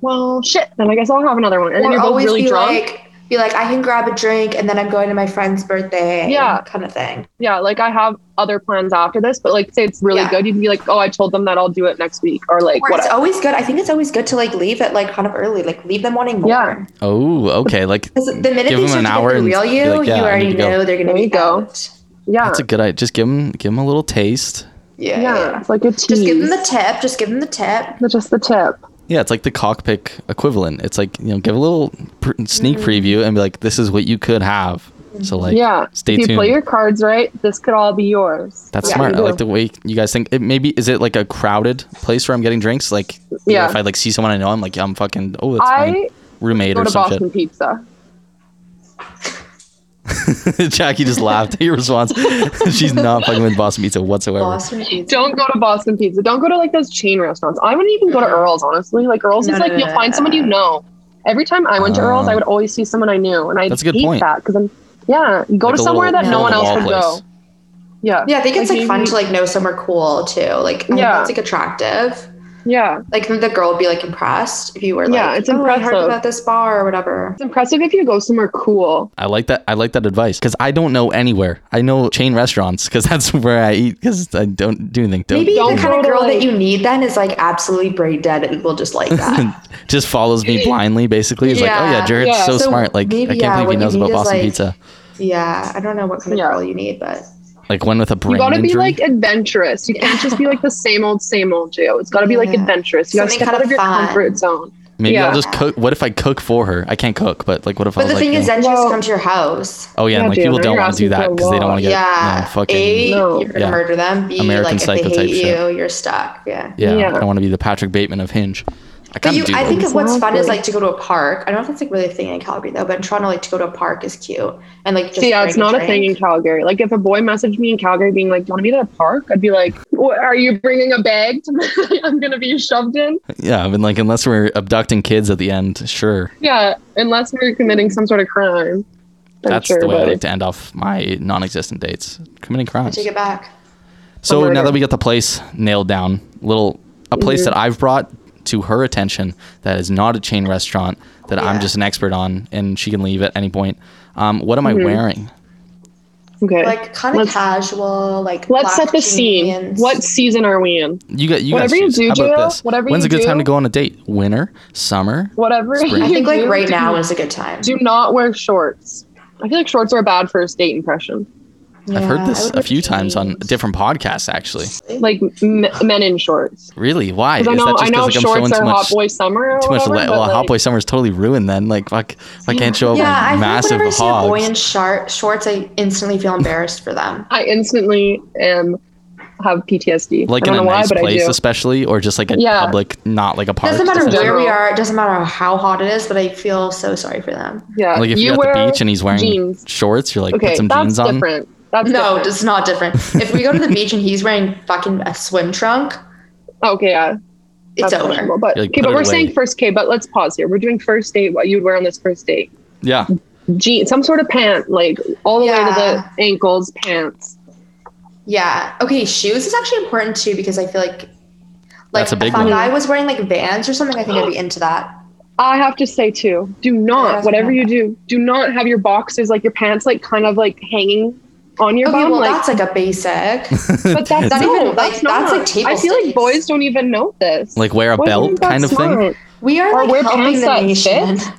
S4: Well, shit. Then I guess I'll have another one. And then
S5: Or
S4: you're both
S5: always
S4: really
S5: be
S4: drunk.
S5: like, be like, I can grab a drink and then I'm going to my friend's birthday.
S4: Yeah.
S5: kind of thing.
S4: yeah, like I have other plans after this, but like say it's really
S5: Yeah.
S4: good, you can be like, Oh, I told them that I'll do it next week, or like
S5: Or it's
S4: whatever.
S5: always good. I think it's always good to like leave it like kind of early, like leave them wanting more.
S4: Yeah.
S3: Oh, okay. Like,
S5: Because the minute
S3: Give
S5: they
S3: them
S5: start
S3: an
S5: to
S3: hour
S5: get the
S3: and
S5: real
S3: be
S5: you,
S3: like, yeah,
S5: you
S3: I
S5: already
S3: need to go.
S5: know they're gonna
S4: There
S5: be
S4: you go.
S5: out.
S4: Yeah.
S3: that's a good idea. Just give them, give them a little taste.
S5: Yeah,
S4: yeah,
S5: yeah.
S4: It's like a tease.
S5: Just give them the tip. Just give them the tip.
S4: the- just the tip.
S3: Yeah, it's like the cockpit equivalent. It's like, you know, give a little pr- sneak
S4: Mm.
S3: preview and be like, this is what you could have. So, like,
S4: yeah.
S3: stay
S4: if you
S3: tuned.
S4: play your cards right, this could all be yours.
S3: That's
S5: Yeah,
S3: smart.
S4: you
S3: I
S4: do.
S3: like the way you guys think. It maybe is it like a crowded place where I'm getting drinks? Like, you know,
S4: Yeah.
S3: if I like see someone I know, I'm like, I'm fucking. Oh, that's my
S4: I
S3: roommate
S4: go
S3: or
S4: to
S3: some
S4: Boston Pizza.
S3: shit. Jackie just laughed at your response. She's not fucking with Boston Pizza whatsoever.
S5: Boston pizza.
S4: Don't go to Boston Pizza. Don't go to like those chain restaurants. I wouldn't even go to Earl's, honestly. Like Earl's is
S5: Mm-hmm. No, no,
S4: like
S5: no,
S4: you'll
S5: no,
S4: find
S5: no.
S4: someone you know. Every time I went to
S3: Oh.
S4: Earl's, I would always see someone I knew, and I
S3: That's a good
S4: hate
S3: point.
S4: that because I'm yeah. You go
S3: Like
S4: to
S3: a
S4: somewhere
S3: little
S4: that no one else
S3: wall
S4: would
S3: place.
S4: go. Yeah,
S5: Yeah, I think it's like,
S4: maybe-
S5: fun to like know somewhere cool too. Like, I yeah,
S4: Yeah.
S5: it's like attractive.
S4: yeah.
S5: Like the girl would be like impressed if you were like,
S4: Yeah, it's
S5: "Oh, I heard
S4: impressive.
S5: about this bar or whatever.
S4: It's impressive if you go somewhere cool.
S3: I like that. I like that advice because I don't know anywhere. I know chain restaurants because that's where I eat because I don't do anything. Don't,
S5: Maybe
S4: don't
S5: the kind
S4: go
S5: of
S4: to,
S5: girl that
S4: like-
S5: you need then is like absolutely brain dead and will just like that.
S3: just follows me blindly. Basically, it's like, oh yeah,
S5: Yeah,
S3: Jared's
S4: yeah.
S3: so,
S5: So
S3: smart. Like,
S5: maybe,
S3: I can't
S5: yeah,
S3: believe
S5: what
S3: he
S5: you
S3: knows
S5: need
S3: about
S5: is,
S3: Boston
S5: like-
S3: Pizza.
S5: yeah, I don't know what kind
S4: Yeah.
S5: of girl you need, but
S3: Like one with a brain
S4: you gotta
S3: injury.
S4: be like adventurous. You can't just be like the same old, same old Joe. It's gotta be like
S5: Yeah.
S4: adventurous. You gotta
S5: Something
S4: step out
S5: kinda
S4: of your
S5: fun.
S4: comfort zone.
S3: Maybe I'll
S4: yeah.
S3: just cook. What if I cook for her? I can't cook, but like, what if I
S5: but
S3: was
S5: the
S3: like,
S5: thing
S3: you
S5: is,
S3: know-
S5: then she has to
S4: Well-
S5: come to your house.
S3: Oh yeah, and
S4: Yeah,
S3: like
S4: dude,
S3: people
S4: now
S3: don't
S4: you're
S3: want to do
S4: asking
S3: that
S4: for a
S3: because they don't
S4: lot.
S3: want to get
S5: yeah,
S3: no, fucking
S5: a
S4: No.
S5: you're gonna
S3: Yeah.
S5: murder them. B
S3: American
S5: like
S3: Psycho
S5: if
S3: type
S5: they hate you,
S3: shit.
S5: you're stuck. Yeah.
S3: yeah.
S4: Yeah.
S3: I don't want to be the Patrick Bateman of Hinge. I
S5: But
S3: kind
S5: you,
S3: of do.
S5: I
S3: though.
S5: think what's fun is
S4: Exactly.
S5: like to go to a park. I don't know if that's like really a thing in Calgary though, but in Toronto, like to go to a park is cute and like just
S4: See, yeah,
S5: drink
S4: it's
S5: and
S4: not a
S5: drink.
S4: thing in Calgary. Like if a boy messaged me in Calgary being like, "Do you want to be at a park?" I'd be like, what, "Are you bringing a bag? To my- I'm gonna be shoved in."
S3: yeah, I mean, like unless we're abducting kids at the end, sure.
S4: Yeah, unless we're committing some sort of crime. Then
S3: That's
S4: sure,
S3: the way I
S4: but-
S3: like to end off my non-existent dates, committing
S5: I
S3: crimes.
S5: take it back.
S3: So
S4: murder.
S3: now that we got the place nailed down, little a place
S4: Mm-hmm.
S3: that I've brought to her attention that is not a chain restaurant that I'm
S5: Yeah.
S3: just an expert on, and she can leave at any point. Um, what am
S4: Mm-hmm.
S3: I wearing?
S4: okay.
S5: Like kind of
S4: Let's-
S5: casual, like
S4: Let's
S5: black
S4: set the scene.
S5: jeans.
S4: What season are we in?
S3: You got you.
S4: Whatever
S3: guys
S4: you
S3: choose.
S4: do,
S3: How about
S4: Jill,
S3: this?
S4: whatever
S3: When's
S4: you
S3: a good time to
S4: do-
S3: go on a date? Winter, summer.
S4: Whatever.
S3: Spring.
S5: I think
S4: you
S5: like
S4: do,
S5: right
S4: do
S5: now is a good time.
S4: Do not wear shorts. I feel like shorts are a bad first date impression.
S3: I've
S5: Yeah,
S3: heard
S5: I
S3: this
S5: would
S3: a
S5: wear
S3: few times on
S5: jeans.
S3: different podcasts, actually.
S4: Like m- men in shorts.
S3: Really? Why? Is
S4: Because I know,
S3: that
S4: I
S3: just
S4: know
S3: because like, I'm showing
S4: shorts
S3: too
S4: are
S3: much,
S4: hot
S3: too
S4: boy summer. Or
S3: much?
S4: whatever,
S3: Le-
S4: but,
S3: well, hot
S4: like,
S3: boy summer's totally ruined. Then, like, fuck, I can't show up
S5: Yeah, I
S3: in
S5: think
S3: massive
S5: whenever I see a boy
S3: hogs.
S5: in short, shorts, I instantly feel embarrassed for them.
S4: I instantly am have PTSD.
S3: like
S4: I
S3: in
S4: don't
S3: a
S4: know why,
S3: nice
S4: but
S3: place,
S4: I do.
S3: especially, or just like a
S4: Yeah.
S3: public, not like a park.
S5: doesn't matter
S4: in
S5: where we
S4: general.
S5: are. It doesn't matter how hot it is, but I feel so sorry for them.
S4: yeah,
S3: Like if you're at the
S4: wear
S3: beach and he's wearing
S4: jeans.
S3: shorts, you're like
S4: Okay,
S3: put some
S4: that's
S3: jeans on.
S4: different. That's
S5: No,
S4: different.
S5: it's not different. if we go to the beach and he's wearing fucking a swim trunk,
S4: okay, yeah,
S5: it's
S4: that's questionable,
S5: over.
S4: But
S3: You're like,
S4: okay,
S3: put
S4: but
S3: it
S4: we're
S3: away.
S4: saying first. Okay, but let's pause here. We're doing first date. What you'd wear on this first date?
S3: Yeah,
S4: Jeans, some sort of pant, like all the way
S5: Yeah.
S4: to the ankles, pants.
S5: Yeah. Okay, shoes is actually important too because I feel like like
S3: That's a big
S5: if a
S3: one.
S5: guy was wearing like Vans or something, I think I'd be into that.
S4: I have to say too, do
S5: Yeah,
S4: not,
S5: that's
S4: whatever
S5: okay.
S4: you do, do not have your boxes like your pants like kind of like hanging on your
S5: Okay,
S4: bum.
S5: well
S4: like,
S5: that's like a basic.
S4: but that's
S5: Not
S4: no,
S5: even, like,
S4: that's not.
S5: that's, like, table
S4: I feel
S5: stakes.
S4: like boys don't even know this.
S3: like wear a
S4: Boys don't
S3: belt
S4: think that's
S3: kind of thing.
S4: smart.
S5: We are
S4: Or
S5: like
S4: wear
S5: helping
S4: pants
S5: the
S4: that
S5: nation.
S4: fit.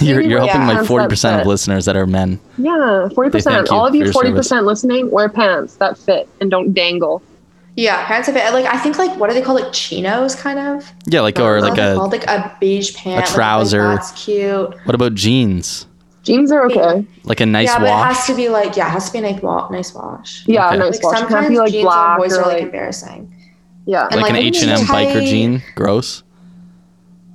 S3: you're
S4: Maybe
S3: you're
S4: wear
S3: helping like
S4: pants that
S3: forty percent of
S4: fit.
S3: listeners that are men.
S4: Yeah, forty
S3: thank
S4: percent.
S3: you
S4: All of
S3: for
S4: you
S3: your
S4: forty
S3: service.
S4: percent listening, wear pants that fit and don't dangle.
S5: Yeah, pants that fit. Like I think like what are they called? Like chinos, kind of.
S3: Yeah, like or
S5: What
S3: like
S5: are they
S3: a.
S5: called? like a beige pant, like,
S3: trouser.
S5: Like, that's cute.
S3: What about jeans?
S4: Jeans are okay.
S3: Like a nice
S5: yeah, but it has
S3: wash.
S5: to be like yeah, it has to be a nice wash. Nice wash.
S4: Yeah,
S3: Okay.
S4: nice
S5: Like
S4: wash. It
S5: sometimes
S4: Can't be like
S5: jeans on
S4: black
S5: boys
S4: or
S5: are like
S4: like
S5: embarrassing.
S4: Yeah.
S5: And,
S3: like,
S5: like,
S3: an
S5: maybe
S3: H and M
S5: tie-
S3: biker jean. Gross.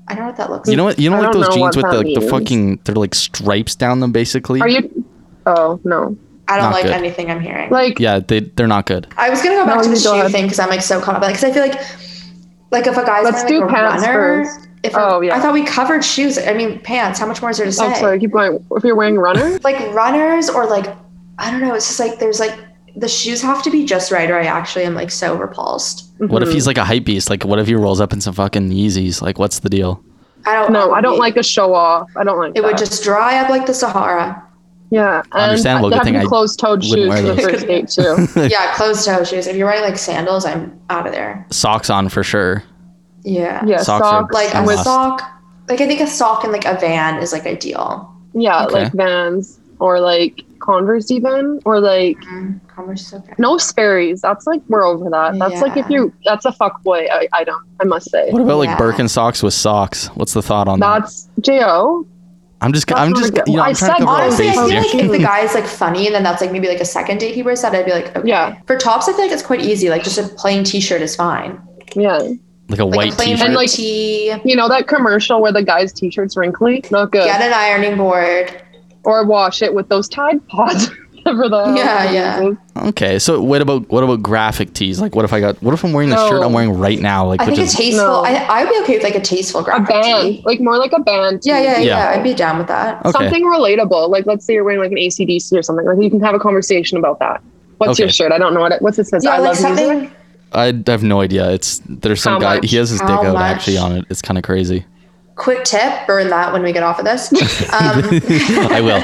S5: I don't know what that looks
S3: You
S5: like.
S3: know what? You know
S4: I
S3: like
S4: don't
S3: those
S4: know
S3: jeans
S4: what
S3: with the,
S4: that
S3: the
S4: means.
S3: fucking they're like stripes down them basically.
S4: Are you? Oh no.
S5: I don't
S3: Not
S5: like
S3: good.
S5: anything I'm hearing.
S4: Like
S3: Yeah, they they're not good.
S5: I was gonna go back
S4: No,
S5: to the
S4: you go
S5: shoe
S4: ahead.
S5: thing because I'm like so caught up because I feel like like if a guy's
S4: Let's do
S5: wearing, like, a
S4: pants
S5: runner,
S4: first.
S5: If a-
S4: Oh, yeah.
S5: I thought we covered shoes. I mean pants. How much more is there to say?
S4: Oh, sorry. Keep going. If you're wearing runner,
S5: Like runners or like I don't know. It's just like there's like the shoes have to be just right, or I actually am like so repulsed.
S4: mm-hmm.
S3: What if he's like a hype beast? Like what if he rolls up in some fucking Yeezys? Like what's the deal?
S5: I don't.
S4: no, I don't
S5: would
S4: like a show off. I don't like.
S5: be- Oh, It would
S4: that.
S5: just dry up like the Sahara.
S4: Yeah, and
S3: Understandable.
S4: They
S3: Good
S4: have
S3: thing
S4: to
S3: I
S4: be closed-toed
S3: wouldn't
S4: shoes
S3: wear
S4: for the
S3: those.
S4: first date too.
S5: yeah, closed toe shoes. If you're wearing like sandals, I'm out of there.
S3: Socks on for sure.
S5: Yeah.
S4: Yeah,
S3: Socks are
S4: socks,
S5: Like
S3: I'm
S5: a
S4: with
S3: lost.
S5: sock. Like I think a sock and like a van is like ideal.
S4: yeah,
S3: Okay.
S4: like Vans or like Converse even or like
S5: Mm, Converse is okay.
S4: no Sperry's. That's like we're over that. That's like if
S5: Yeah.
S4: you that's a fuckboy i- item. I must say
S3: What about
S5: Yeah.
S3: like Birkenstocks with socks? What's the thought on that?
S4: that's Jo.
S3: I'm just
S4: that's
S3: I'm
S4: not
S3: just
S4: good.
S3: you know
S4: Well, I
S3: I'm trying
S4: said
S3: to cover all
S5: Honestly, I
S3: bases
S5: feel
S3: here.
S5: like if the guy's like funny, and then that's like maybe like a second date he wears that, I'd be like, okay.
S4: Yeah.
S5: For tops, I feel like it's quite easy. Like just a plain T-shirt is fine.
S4: Yeah,
S3: Like a
S5: Like
S3: white
S5: a plain
S3: t-shirt.
S4: And, like-
S5: tee.
S4: you know that commercial where the guy's t-shirt's wrinkly. Not good.
S5: Get an ironing board.
S4: Or wash it with those Tide Pods. Whatever the hell
S5: Yeah,
S4: those
S5: yeah.
S4: things.
S3: Okay, so what about what about graphic tees? Like, what if I got what if I'm wearing the shirt
S4: No.
S3: I'm wearing right now? Like,
S5: I think
S3: which
S5: a
S3: is
S5: tasteful.
S4: No.
S5: I I would be okay with like a tasteful
S4: A
S5: graphic
S4: band,
S5: tee.
S4: like more like a band.
S5: Yeah, yeah,
S4: tee.
S5: yeah,
S3: Yeah.
S5: I'd be down with that.
S3: Okay.
S4: Something relatable. Like let's say you're wearing like an ACDC or something. Like you can have a conversation about that. What's
S3: Okay.
S4: your shirt? I don't know what it. What's it says.
S5: Yeah,
S4: I
S5: like
S4: love
S5: something.
S4: music.
S3: I have no idea. It's there's some
S4: How
S3: guy
S4: much?
S3: he has his dick
S5: How
S3: out
S5: much?
S3: actually on it. It's kind of crazy.
S5: Quick tip: burn that when we get off of this. Um,
S3: I will.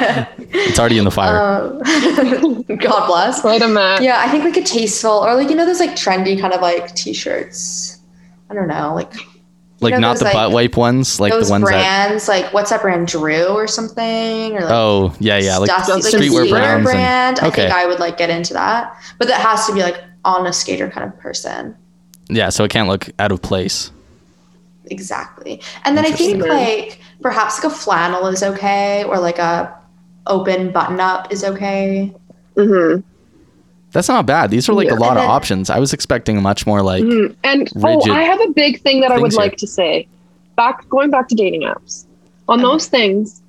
S3: It's already in the fire.
S5: uh, God bless.
S4: Wait a minute.
S5: Yeah, I think like a tasteful or like you know those like trendy kind of like T-shirts. I don't know, like
S3: like
S5: know
S3: not
S5: those,
S3: the
S5: like-
S3: butt wipe ones, like
S5: those
S3: the ones that.
S5: brands, like what's that brand, Drew or something, or like
S3: Oh yeah, yeah, like
S5: Stuff-
S4: Justin
S5: a
S4: streetwear
S5: skater
S3: brands and-
S5: brand. I
S3: okay.
S5: think I would like get into that, but that has to be like on a skater kind of person,
S3: yeah. So it can't look out of place.
S5: exactly. And then I think
S4: Interesting.
S5: like perhaps like a flannel is okay, or like a open button up is okay.
S4: hmm
S3: That's not bad. These are like a
S4: Yeah.
S3: lot
S5: And
S3: of
S5: then-
S3: options. I was expecting much more like
S5: Mm-hmm.
S4: Mm, and
S3: rigid
S4: oh, I have a big thing that I would
S3: things here.
S4: like to say. Back going back to dating apps. On those things,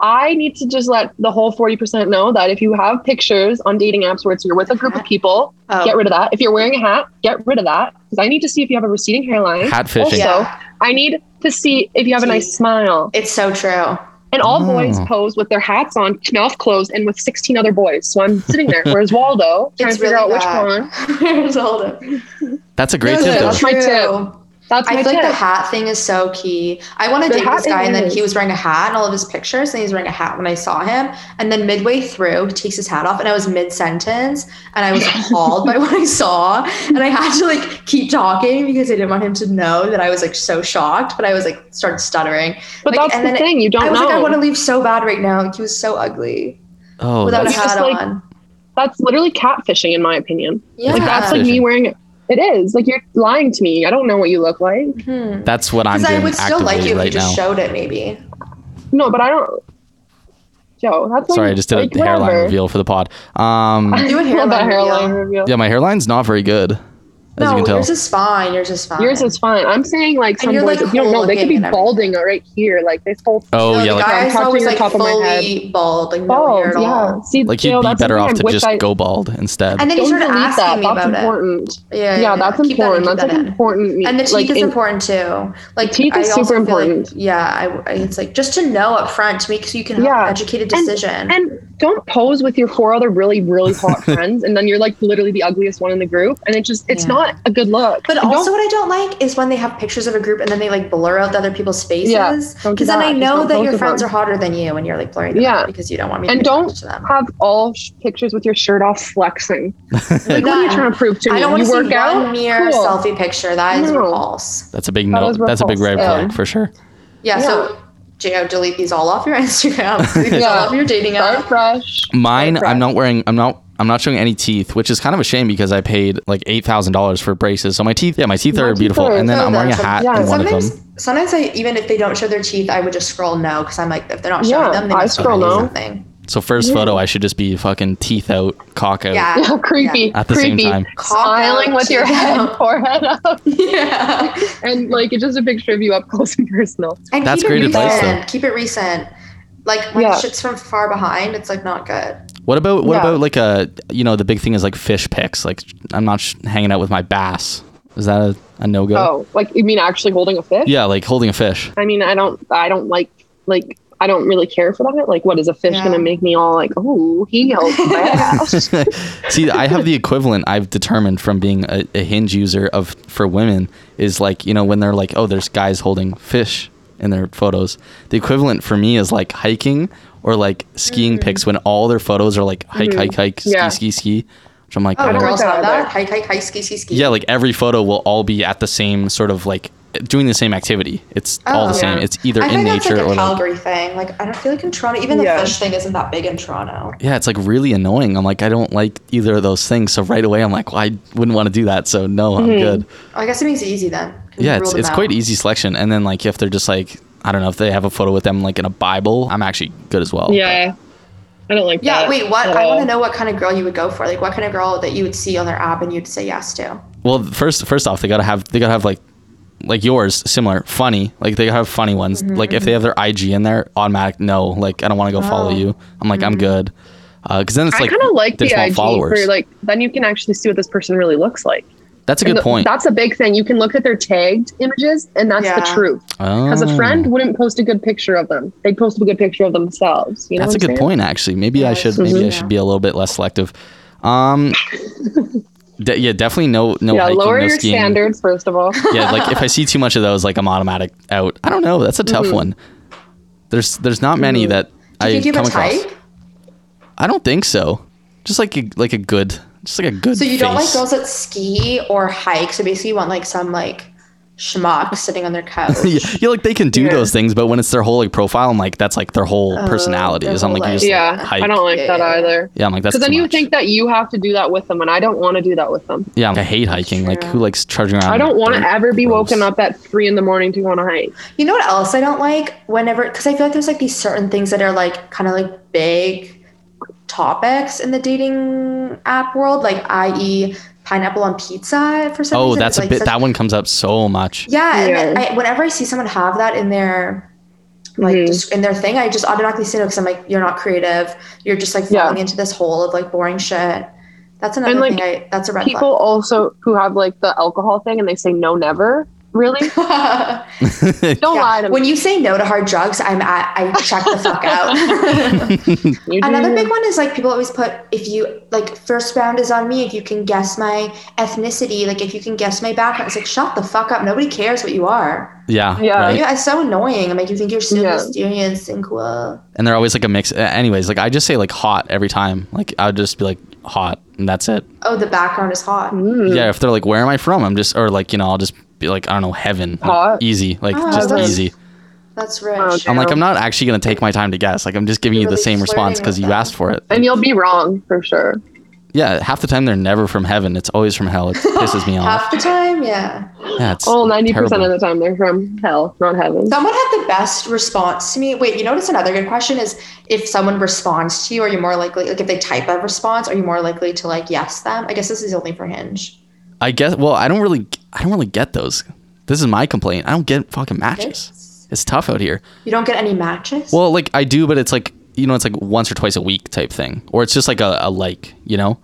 S4: I need to just let the whole forty percent know that if you have pictures on dating apps where it's you're with a group of people,
S5: Oh,
S4: get rid of that. If you're wearing a hat, get rid of that because I need to see if you have a receding hairline.
S3: hat fishing.
S4: also- I need to see if you have a nice smile.
S5: it's so true.
S4: And all
S3: Oh.
S4: boys pose with their hats on, mouth closed, and with sixteen other boys. So I'm sitting there. Where's Waldo? Trying
S5: It's
S4: to figure out
S5: really
S4: which one.
S5: bad. Where's Alden?
S3: That's a great
S5: No,
S3: tip
S5: no,
S3: though.
S4: that's my tip. That's
S5: I
S4: my
S5: feel like
S4: tip.
S5: the hat thing is so key. I want to
S4: The
S5: date
S4: hat
S5: this guy, and then
S4: is-
S5: he was wearing a hat in all of his pictures, and he was wearing a hat when I saw him. And then midway through, he takes his hat off, and I was mid sentence, and I was appalled by what I saw, and I had to like keep talking because I didn't want him to know that I was like so shocked, but I was like started stuttering.
S4: But
S5: Like,
S4: that's
S5: and
S4: the
S5: then
S4: thing. You don't
S5: I was
S4: know.
S5: like, I want to leave so bad right now. Like, he was so ugly
S3: Oh,
S5: without a
S3: that's,
S4: that's-
S5: hat
S4: It's just, like,
S5: on.
S4: That's literally catfishing, in my opinion.
S5: Yeah.
S4: Like that's like me
S3: Catfishing.
S4: wearing. It is like you're lying to me. I don't know what you look like.
S5: Hmm.
S3: that's what I'm
S5: Because I
S3: doing
S5: would still
S3: actively
S5: like you if you
S3: right now.
S5: just showed it, maybe.
S4: No, but I don't. Joe, that's like,
S3: Sorry, I just did
S4: like,
S3: a hairline
S4: whatever.
S3: reveal for the pod. Um,
S5: Do a
S4: Love that
S5: hairline
S4: hairline
S5: reveal.
S4: reveal.
S3: yeah, my hairline's not very good, as
S5: no,
S3: you can
S5: yours
S3: tell.
S5: is fine. Yours is fine.
S4: Yours is fine. I'm saying like some
S5: you're,
S4: boys,
S5: like,
S4: if you don't know, they could be
S5: cool-looking and
S4: balding right here. Like this whole
S3: Oh
S5: No,
S3: yeah,
S5: the
S3: like,
S5: guy
S4: I'm
S5: I saw
S4: touching
S5: was
S4: the
S5: like
S4: top of my
S5: fully bald, like no hair
S4: bald.
S5: at
S4: Yeah.
S5: all.
S4: See,
S3: like
S4: Joe,
S3: you'd be
S4: that's
S3: better
S4: something
S3: off
S4: I
S3: to
S4: wish
S3: just
S4: I-
S3: go bald instead.
S5: And then he
S4: Don't
S5: started
S4: delete
S5: asking
S4: that.
S5: me
S4: That's
S5: about it.
S4: important.
S5: Yeah,
S4: Yeah, that's
S5: Keep that in,
S4: important.
S5: keep
S4: that's
S5: that
S4: an
S5: in.
S4: important. need.
S5: And the teeth
S4: Like,
S5: is
S4: in-
S5: important too. Like
S4: Teeth is
S5: I also
S4: super
S5: feel like-
S4: important.
S5: yeah, I, it's like just to know up front to make so you can have
S4: Yeah.
S5: an educated decision.
S4: And don't pose with your four other really, really hot friends, and then you're like literally the ugliest one in the group, and it just it's
S5: Yeah.
S4: not a good look.
S5: but
S4: And don't-
S5: also, what I don't like is when they have pictures of a group and then they like blur out the other people's faces.
S4: Yeah, don't do
S5: Because then
S4: that.
S5: I
S4: Just
S5: know
S4: don't
S5: that
S4: post
S5: your
S4: with
S5: friends
S4: them.
S5: are hotter than you, and you're like blurring them
S4: Yeah.
S5: out because you don't want me.
S4: And
S5: to be
S4: don't
S5: attached to them.
S4: have all sh- pictures with your shirt off flexing. Like, what are you
S5: No.
S4: trying to prove to me?
S5: I don't want
S4: you
S5: to
S4: work
S5: see
S4: out?
S5: one mere
S4: Cool.
S5: selfie picture. That is
S4: No.
S5: repulse.
S3: That's a big
S4: That
S3: no.
S4: was
S3: That's a big red
S4: repulsive.
S3: flag for sure.
S5: Yeah, so Jo, delete these all off your Instagram. Delete these all
S4: Yeah.
S5: off your dating
S4: Start
S5: app.
S4: fresh.
S3: Mine,
S4: Correct.
S3: I'm not wearing. I'm not. I'm not showing any teeth, which is kind of a shame because I paid like eight thousand dollars for braces. So my teeth, yeah, my teeth
S4: My
S3: are
S4: teeth
S3: beautiful.
S4: are
S3: and then
S5: so
S3: I'm
S5: good.
S3: wearing a
S5: So-
S3: hat
S4: yeah.
S3: in one of them.
S5: Sometimes, sometimes I even if they don't show their teeth, I would just scroll no because I'm like, if they're not showing
S4: Yeah,
S5: them, they
S4: I
S5: must be
S4: scroll
S5: hiding
S4: no.
S5: something.
S3: So first
S4: Yeah.
S3: photo, I should just be fucking teeth out, cock out
S5: Yeah.
S4: Yeah, creepy.
S3: at the
S4: creepy.
S3: same time.
S5: Cock
S4: Smiling
S5: out,
S4: with your
S5: cheek
S4: head
S5: out.
S4: forehead up.
S5: Yeah.
S4: And like it's just a picture of you up close and personal.
S5: And
S3: That's
S5: keep
S3: great
S5: it
S3: advice,
S5: recent. Keep it recent. Like when
S4: Yeah.
S5: shit's from far behind, it's like not good.
S3: What about what
S4: Yeah.
S3: about like a you know the big thing is like fish pics. Like I'm not sh- hanging out with my bass. Is that a, a no go?
S4: Oh, like you mean actually holding a fish?
S3: Yeah, like holding a fish.
S4: I mean, I don't, I don't like, like, I don't really care for that. Like, what is a fish
S5: Yeah.
S4: gonna make me all like? Oh, he held my ass."
S3: See, I have the equivalent I've determined from being a, a hinge user of for women is like, you know, when they're like, oh, there's guys holding fish in their photos. The equivalent for me is like hiking or like skiing pics when all their photos are like hike, hike, hike, ski,
S4: Mm. Mm-hmm. Yeah.
S3: ski, ski. Which I'm like,
S5: Oh,
S3: oh.
S4: don't
S5: girls
S4: like
S5: have
S4: that either.
S5: that. Hike, hike, hike, ski, ski, ski.
S3: yeah, like every photo will all be at the same sort of like doing the same activity. It's all the
S5: Oh.
S3: same.
S4: Yeah.
S3: It's either
S5: I
S3: in
S5: think that's
S3: nature
S5: like a
S3: or like,
S5: Calgary thing. Like I don't feel like in Toronto, even
S4: Yeah.
S5: the fish thing isn't that big in Toronto.
S3: yeah, it's like really annoying. I'm like, I don't like either of those things. So right away, I'm like, well, I wouldn't want to do that. So no, I'm good.
S5: I guess it makes it easy then. You
S3: yeah,
S5: Mm-hmm. rule
S3: it's,
S5: them
S3: it's
S5: out.
S3: quite easy selection. And then like if they're just like I don't know if they have a photo with them like in a Bible, I'm actually good as well.
S4: yeah, I don't like
S5: Yeah,
S4: that.
S5: wait, what?
S4: at
S5: I
S4: all.
S5: want to know what kind of girl you would go for. Like, what kind of girl that you would see on their app and you'd say yes to?
S3: Well, first first off, they gotta have they gotta have like like yours similar funny like they gotta have funny ones
S4: Mm-hmm,
S3: like if they have their ig in there automatic no like i don't want to go follow
S5: Oh.
S3: you i'm like i'm good because then it's
S4: Mm-hmm. I
S3: like
S4: kind of like
S3: there's
S4: the
S3: no
S4: IG for like then you can actually see what this person really looks like.
S3: that's a
S4: And
S3: good
S4: the-
S3: point
S4: That's a big thing. You can look at their tagged images, and that's the
S5: Yeah.
S4: truth. Because
S3: Oh.
S4: a friend wouldn't post a good picture of them; they'd post a good picture of themselves. You know
S3: That's a
S4: what I'm
S3: good
S4: saying?
S3: point, actually. Maybe I
S5: Yeah,
S3: should
S5: so-
S3: maybe I
S5: Mhm.
S3: should be a little bit less selective. Um, de- yeah, definitely no no
S4: yeah,
S3: hiking,
S4: lower
S3: no
S4: your
S3: skiing.
S4: standards first of all.
S3: Yeah, like if I see too much of those, like I'm automatic out. I don't know. That's a
S4: Mm-hmm.
S3: tough one. There's there's not many that
S5: Do
S3: I
S5: you give
S3: come
S5: a type?
S3: across. I don't think so. Just like a, like a good, just like a good.
S5: So you don't like
S3: face.
S5: girls that ski or hike. So basically, you want like some like schmuck sitting on their couch.
S3: yeah, yeah, like they can do
S4: Yeah.
S3: those things, but when it's their whole like profile, I'm like that's like their whole
S5: Oh,
S3: personality.
S5: their
S3: Is I'm
S5: whole
S3: like you
S5: life.
S3: just
S4: yeah,
S3: like, hike.
S4: I don't like that
S5: Yeah.
S4: either.
S3: Yeah, I'm like that's
S4: Because then
S3: too
S4: you
S3: much.
S4: think that you have to do that with them, and I don't want to do that with them.
S3: yeah, I'm like, I hate hiking. Like who
S5: True.
S3: likes trudging around?
S4: I don't want to
S3: dirt?
S4: ever be
S3: gross.
S4: woken up at three in the morning to go on a hike.
S5: You know what else I don't like? Whenever, because I feel like there's like these certain things that are like kind of like big topics in the dating app world, like i.e. pineapple on pizza for some
S3: Oh,
S5: reason.
S3: that's
S5: It's,
S3: a
S5: like,
S3: bit.
S5: such-
S3: That one comes up so much.
S5: Yeah, and
S4: Yeah.
S5: I, whenever I see someone have that in their like
S4: Mhm.
S5: just in their thing, I just automatically say no because I'm like, you're not creative. You're just like
S4: Yeah.
S5: falling into this hole of like boring shit. That's another
S4: like,
S5: thing. I that's a red
S4: People also who have like the alcohol thing and they say no, never. Really?
S5: flag.
S4: Oh, Don't
S5: Yeah.
S4: lie to me.
S5: When you say no to hard drugs, I'm at I check the fuck out.
S4: You do.
S5: Another big one is like people always put if you like first round is on me if you can guess my ethnicity like if you can guess my background it's like shut the fuck up nobody cares what you are
S3: Yeah.
S4: Yeah.
S3: right?
S5: yeah it's so annoying I'm like you think you're so
S4: Yeah.
S5: mysterious and cool
S3: and they're always like a mix. uh, Anyways, like I just say like hot every time. Like I would just be like hot, and that's it.
S5: oh the background is hot
S4: Mm.
S3: Yeah, if they're like, where am I from? I'm just or like you know, I'll just be like, I don't know, heaven, Like,
S4: Hot.
S3: easy, like
S5: Oh,
S3: just
S5: that's-
S3: easy.
S5: that's rich
S4: Oh,
S3: I'm like,
S4: Yeah.
S3: I'm not actually gonna take my time to guess. Like I'm just giving you the
S5: Really
S3: same response
S5: flirting
S3: because
S5: with
S3: you
S5: them.
S3: asked for it.
S4: And you'll be wrong for sure.
S3: Yeah, half the time they're never from heaven. It's always from hell. It pisses me off.
S5: half the time yeah
S3: Yeah, it's
S4: Oh, 90%
S3: terrible.
S4: of the time they're from hell, not heaven.
S5: someone had the best response to me wait you notice another good question is if someone responds to you are you more likely like if they type a response are you more likely to like yes them I guess this is only for hinge
S3: I guess. Well, I don't really, I don't really get those. This is my complaint. I don't get fucking matches. It's tough out here.
S5: you don't get any matches
S3: Well, like I do, but it's like you know, it's like once or twice a week type thing, or it's just like a, a like, you know,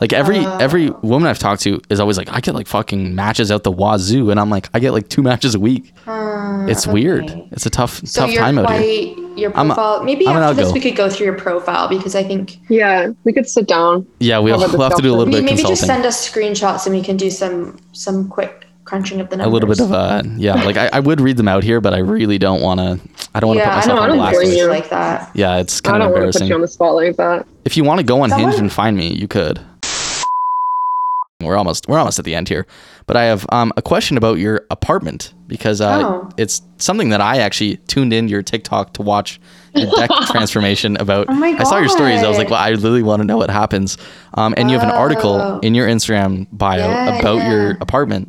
S3: like every
S5: Uh.
S3: every woman I've talked to is always like, I get like fucking matches out the wazoo, and I'm like, I get like two matches a week.
S5: Uh,
S3: It's weird.
S5: okay.
S3: It's a tough
S5: so
S3: tough
S5: you're
S3: time out here.
S5: quite your
S3: I'm a-
S5: profile maybe
S3: I'm an
S5: after this
S3: outgo.
S5: we could go through your profile because I think
S4: yeah, we could sit down.
S3: Yeah, we'll,
S4: How about
S3: we'll have to do a little
S5: maybe,
S3: bit of
S5: maybe just
S3: consulting,
S5: send us screenshots and we can do some some quick crunching of
S3: a
S5: the numbers
S3: little bit of uh, yeah. Like I, I would read them out here, but I really don't want to. I don't want to
S5: yeah, I
S3: put
S5: know.
S3: myself
S5: I
S3: on
S5: don't
S3: blast.
S5: blame
S4: list.
S5: you like that.
S3: Yeah, it's
S4: I
S3: kind of
S4: don't want to
S3: embarrassing.
S4: put you on the spot like that.
S3: if you want to go on
S5: Someone-
S3: Hinge and find me, you could. We're almost we're almost at the end here, but I have um, a question about your apartment because uh,
S5: Oh.
S3: it's something that I actually tuned in your TikTok to watch your deck transformation about.
S5: Oh my
S3: I saw your stories. I was like,
S5: God.
S3: well, I literally want to know what happens. Um, and you have an article
S5: Oh.
S3: in your Instagram bio
S5: Yeah,
S3: about
S5: yeah.
S3: your apartment.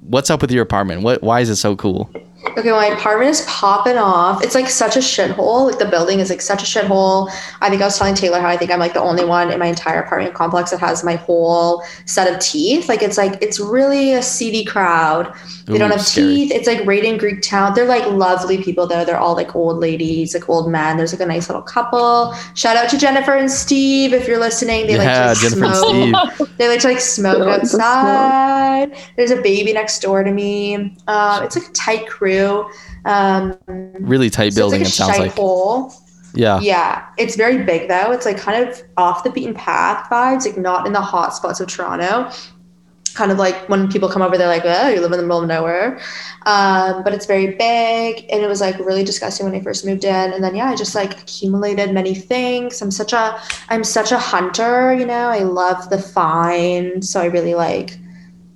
S3: What's up with your apartment? What? Why is it so cool?
S5: Okay, my apartment is popping off. It's like such a shithole. Like the building is like such a shithole. I think I was telling Taylor how I think I'm like the only one in my entire apartment complex that has my whole set of teeth. Like it's like it's really a seedy crowd. They don't
S3: Ooh,
S5: have
S3: scary.
S5: teeth. It's like right in Greek town. They're like lovely people though. They're all like old ladies, like old men. There's like a nice little couple. Shout out to Jennifer and Steve if you're listening. They
S3: Yeah,
S5: like to
S3: Jennifer and
S5: smoke.
S3: Steve.
S5: They like to like smoke
S4: They like to smoke.
S5: outside. There's a baby next door to me. Uh, it's like a tight crew. Um,
S3: Really tight
S5: so
S3: building,
S5: It's
S3: it sounds
S5: like a
S3: like.
S5: shite hole.
S3: Yeah.
S5: Yeah, it's very big though. It's like kind of off the beaten path vibes, like not in the hot spots of Toronto. Kind of like when people come over, they're like, "Oh, you live in the middle of nowhere," um, but it's very big, and it was like really disgusting when I first moved in. And then yeah, I just like accumulated many things. I'm such a I'm such a hunter, you know. I love the find, so I really like.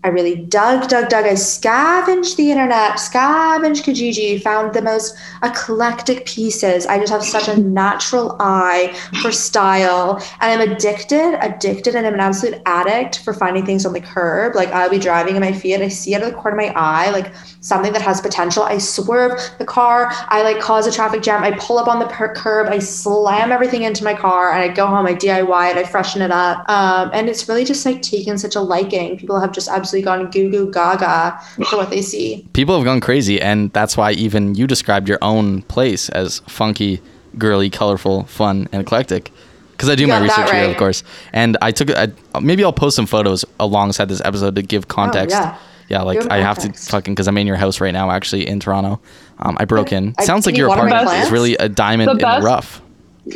S5: I really dug, dug, dug. I scavenged the internet, scavenged Kijiji, found the most eclectic pieces. I just have such a natural eye for style. And I'm addicted, addicted, and I'm an absolute addict for finding things on the curb. Like I'll be driving in my Fiat, I see out of the corner of my eye, like something that has potential. I swerve the car, I like cause a traffic jam, I pull up on the per- curb, I slam everything into my car, and I go home, I DIY it, I freshen it up. Um, and it's really just like taken such a liking. People have just absolutely gone goo goo gaga for what they see.
S3: People have gone crazy, and that's why even you described your own place as funky, girly, colorful, fun, and eclectic. Because I do
S5: You
S3: my
S5: got that
S3: research here, of
S5: right.
S3: course. And I took, I, maybe I'll post some photos alongside this episode to give context.
S5: Oh, yeah.
S3: Yeah, like
S5: Good
S3: I have to
S5: context.
S3: fucking because I'm in your house right now, actually in Toronto. Um, I broke in.
S5: I-
S3: Sounds
S5: can
S3: like
S5: you
S3: your
S5: water my
S3: apartment is
S5: plants?
S3: really a diamond
S4: The
S3: in the
S4: best-
S3: rough.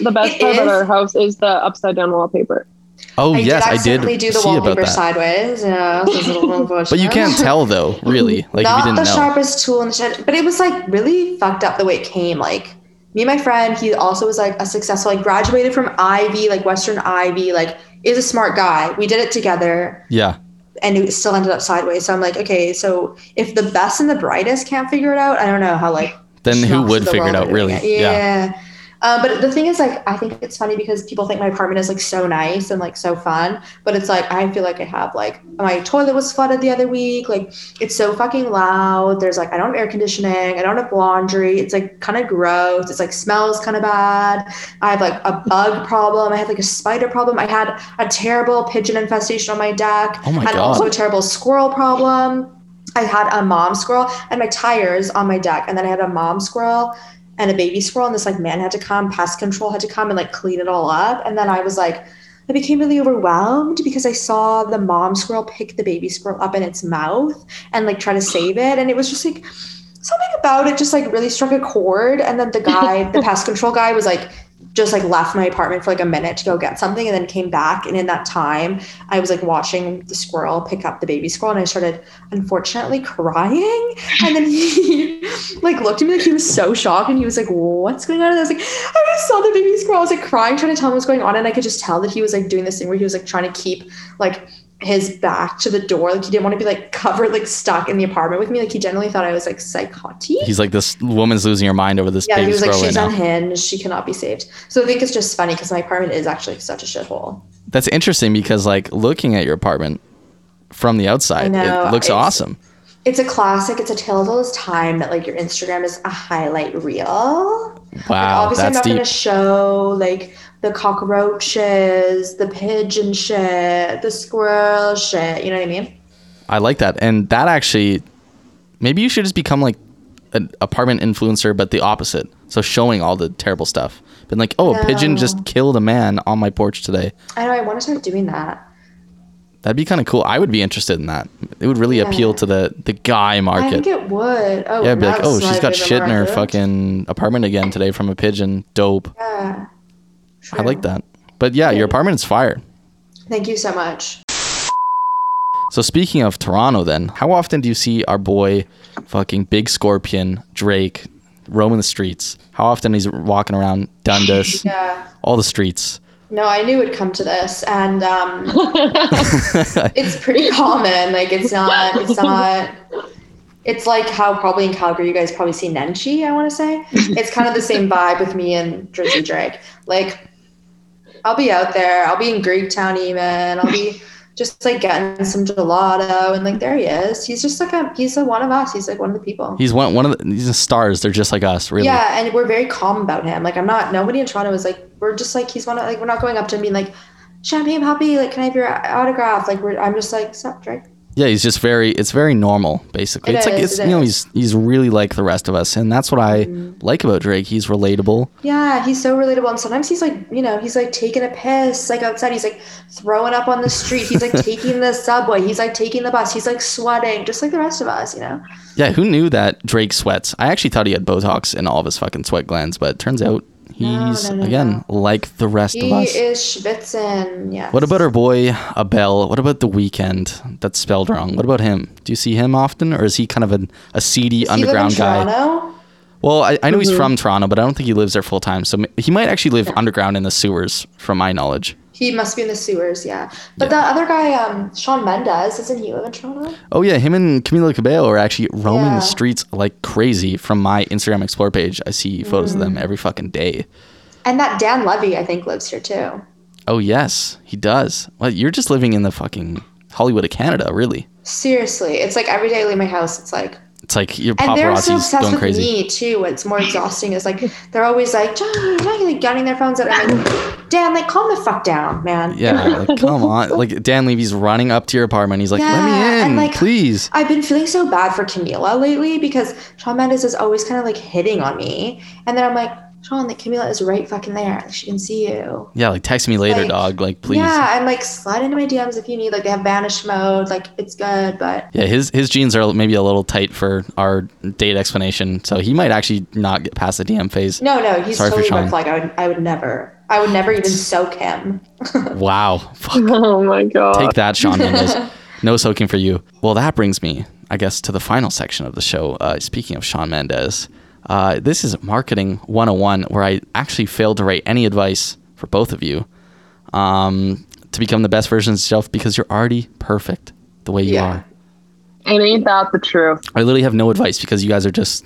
S4: The best
S5: It
S4: part about
S5: is.
S4: our house is the upside down wallpaper.
S3: Oh
S5: I
S3: yes,
S5: did
S3: I did
S5: accidentally do the
S3: see about
S5: wallpaper
S3: that.
S5: sideways. Yeah, this is a little unfortunate.
S3: But you can't tell though, really. Like
S5: Not
S3: if you
S5: the
S3: didn't know.
S5: sharpest tool in the shed, but it was like really fucked up the way it came. Like me and my friend, he also was like a successful, like graduated from Ivy, like Western Ivy, like is a smart guy. We did it together,
S3: yeah.
S5: and it still ended up sideways. So I'm like, okay, so if the best and the brightest can't figure it out, I don't know how like
S3: Then who
S5: schmucks
S3: would
S5: of the
S3: figure it
S5: world
S3: out
S5: are doing
S3: really?
S5: it. Yeah. Uh, but the thing is, like, I think it's funny because people think my apartment is like so nice and like so fun, but it's like I feel like I have like my toilet was flooded the other week. Like, it's so fucking loud. There's like I don't have air conditioning. I don't have laundry. It's like kind of gross. It's like smells kind of bad. I have like a bug problem. I had like a spider problem. I had a terrible pigeon infestation on my deck.
S3: Oh my
S5: and
S3: God.
S5: also a terrible squirrel problem. I had a mom squirrel and my tires on my deck, and then I had a mom squirrel and a baby squirrel, and this like man had to come, pest control had to come and like clean it all up, and then I was like. I became really overwhelmed because I saw the mom squirrel pick the baby squirrel up in its mouth and like try to save it. And it was just like something about it just like really struck a chord. And then the guy, the pest control guy, was like, just like left my apartment for like a minute to go get something and then came back. And in that time, I was like watching the squirrel pick up the baby squirrel and I started unfortunately crying. And then he like looked at me like he was so shocked and he was like, What's going on? And I was like, I just saw the baby squirrel. I was like crying, trying to tell him what's going on. And I could just tell that he was like doing this thing where he was like trying to keep like his back to the door. Like he didn't want to be like covered, like stuck in the apartment with me. Like he generally thought I was like psychotic.
S3: He's like, this woman's losing her mind over this
S5: Yeah,
S3: baby
S5: he was like,
S3: squirrel
S5: she's
S3: right now.
S5: unhinged. She cannot be saved. So I think it's just funny because my apartment is actually such a shithole.
S3: That's interesting because like looking at your apartment from the outside,
S5: know,
S3: it looks
S5: it's-
S3: awesome.
S5: It's a classic. It's a tale as old as time that like your Instagram is a highlight reel.
S3: Wow,
S5: Obviously, I'm
S3: that's
S5: not
S3: deep.
S5: gonna show like the cockroaches, the pigeon shit, the squirrel shit. You know what I mean?
S3: I like that. And that actually, maybe you should just become like an apartment influencer, but the opposite. So showing all the terrible stuff. Been like, oh, a pigeon just killed a man on my porch today.
S5: I know. I want to start doing that.
S3: That'd be kind of cool. I would be interested in that. It would really appeal to the the guy
S5: I think
S3: market.
S5: it would. Oh,
S3: yeah, I'd be like,
S5: that's
S3: oh,
S5: my
S3: she's got
S5: favorite
S3: shit in her
S5: market.
S3: fucking apartment again today from a pigeon. Dope.
S5: Yeah.
S3: I like that. But yeah, your apartment is fire.
S5: Thank you so much.
S3: So speaking of Toronto, then, how often do you see our boy, fucking Big Scorpion Drake, roaming the streets? How often he's walking around Dundas,
S5: Yeah.
S3: all the streets?
S5: No, I knew it'd come to this, and um,
S4: Oh
S5: it's pretty common. Like, it's not. It's not. It's like how probably in Calgary you guys probably see Nenshi. I want to say it's kind of the same vibe with me and Drizzy Drake. Like, I'll be out there. I'll be in Greektown even. I'll be just like getting some gelato and like there he is. He's just like a he's a one of us. He's like one of the people.
S3: He's one one of the, he's the stars. They're just like us, really.
S5: Yeah, and we're very calm about him. Like I'm not nobody in Toronto is like we're just like he's one of like we're not going up to him being like, Champagne puppy, like can I have your autograph? Like we're I'm just like, stop drink.
S3: Yeah, he's just very it's very normal basically.
S5: It
S3: it's like
S5: is,
S3: it's
S5: it
S3: you know,
S5: is. Mm-hmm.
S3: he's he's really like the rest of us and that's what I like about Drake. He's relatable.
S5: Yeah, he's so relatable. And sometimes he's like, you know, he's like taking a piss, like outside. He's like throwing up on the street. He's like taking the subway. He's like taking the bus. He's like sweating, just like the rest of us, you know?
S3: Yeah, who knew that Drake sweats? I actually thought he had Botox in all of his fucking sweat glands, but it turns out he's
S5: no, no,
S3: again like the rest
S5: He
S3: of us.
S5: is schwitzen. Yeah.
S3: what about our boy Abel? What about the weekend? That's spelled wrong. What about him? Do you see him often, or is he kind of an, a seedy
S5: Does he live in
S3: underground guy?
S5: Toronto? Mm-hmm.
S3: Well, I, I know he's from Toronto, but I don't think he lives there full time. So m- he might actually live underground in the sewers, from my knowledge.
S5: He must be in the sewers, yeah. But the other guy, um, Sean Mendez, isn't he live in Toronto?
S3: Oh yeah, him and Camila Cabello are actually roaming
S5: Yeah.
S3: the streets like crazy. From my Instagram Explore page, I see photos of
S5: Mm.
S3: them every fucking day.
S5: And that Dan Levy, I think, lives here too.
S3: Oh yes, he does. Well, you're just living in the fucking Hollywood of Canada, really.
S5: Seriously, it's like every day I leave my house, it's like
S3: It's like your
S5: and they're so
S3: paparazzi's
S5: obsessed
S3: going
S5: with
S3: crazy.
S5: me too. What's more exhausting is like they're always like Johnny, Johnny, like getting their phones out. I'm like, Dan, like calm the fuck down, man.
S3: Yeah, like, come on. Like Dan Levy's running up to your apartment. He's like,
S5: Yeah,
S3: "Let me
S5: and,
S3: in,
S5: like,
S3: please."
S5: I've been feeling so bad for Camila lately because Sean Mendes is always kind of like hitting on me, and then I'm like, Sean, like Camila is right fucking there. Like, she can see you.
S3: Yeah, like text me later,
S5: like,
S3: dog. Like, please. Yeah.
S5: Yeah, and like slide into my DMs if you need. Like they have vanish mode. Like it's good, but
S3: his his jeans are maybe a little tight for our date explanation, so he might actually not get past the DM phase.
S5: no, no, he's
S3: Sorry for
S5: totally
S3: Sean.
S5: red flag. I would, I would never, I would never even soak him.
S3: Wow, fuck.
S4: Oh my god.
S5: Uh,
S3: Take that, Sean Mendes. No soaking for you. Well, that brings me, I guess, to the final section of the show. Uh, speaking of Sean Mendes, uh, this is Marketing 101, where I actually failed to write any advice for both of you um, to become the best version of yourself because you're already perfect the way you
S5: Yeah.
S3: are.
S4: And ain't that the truth?
S3: I literally have no advice because you guys are just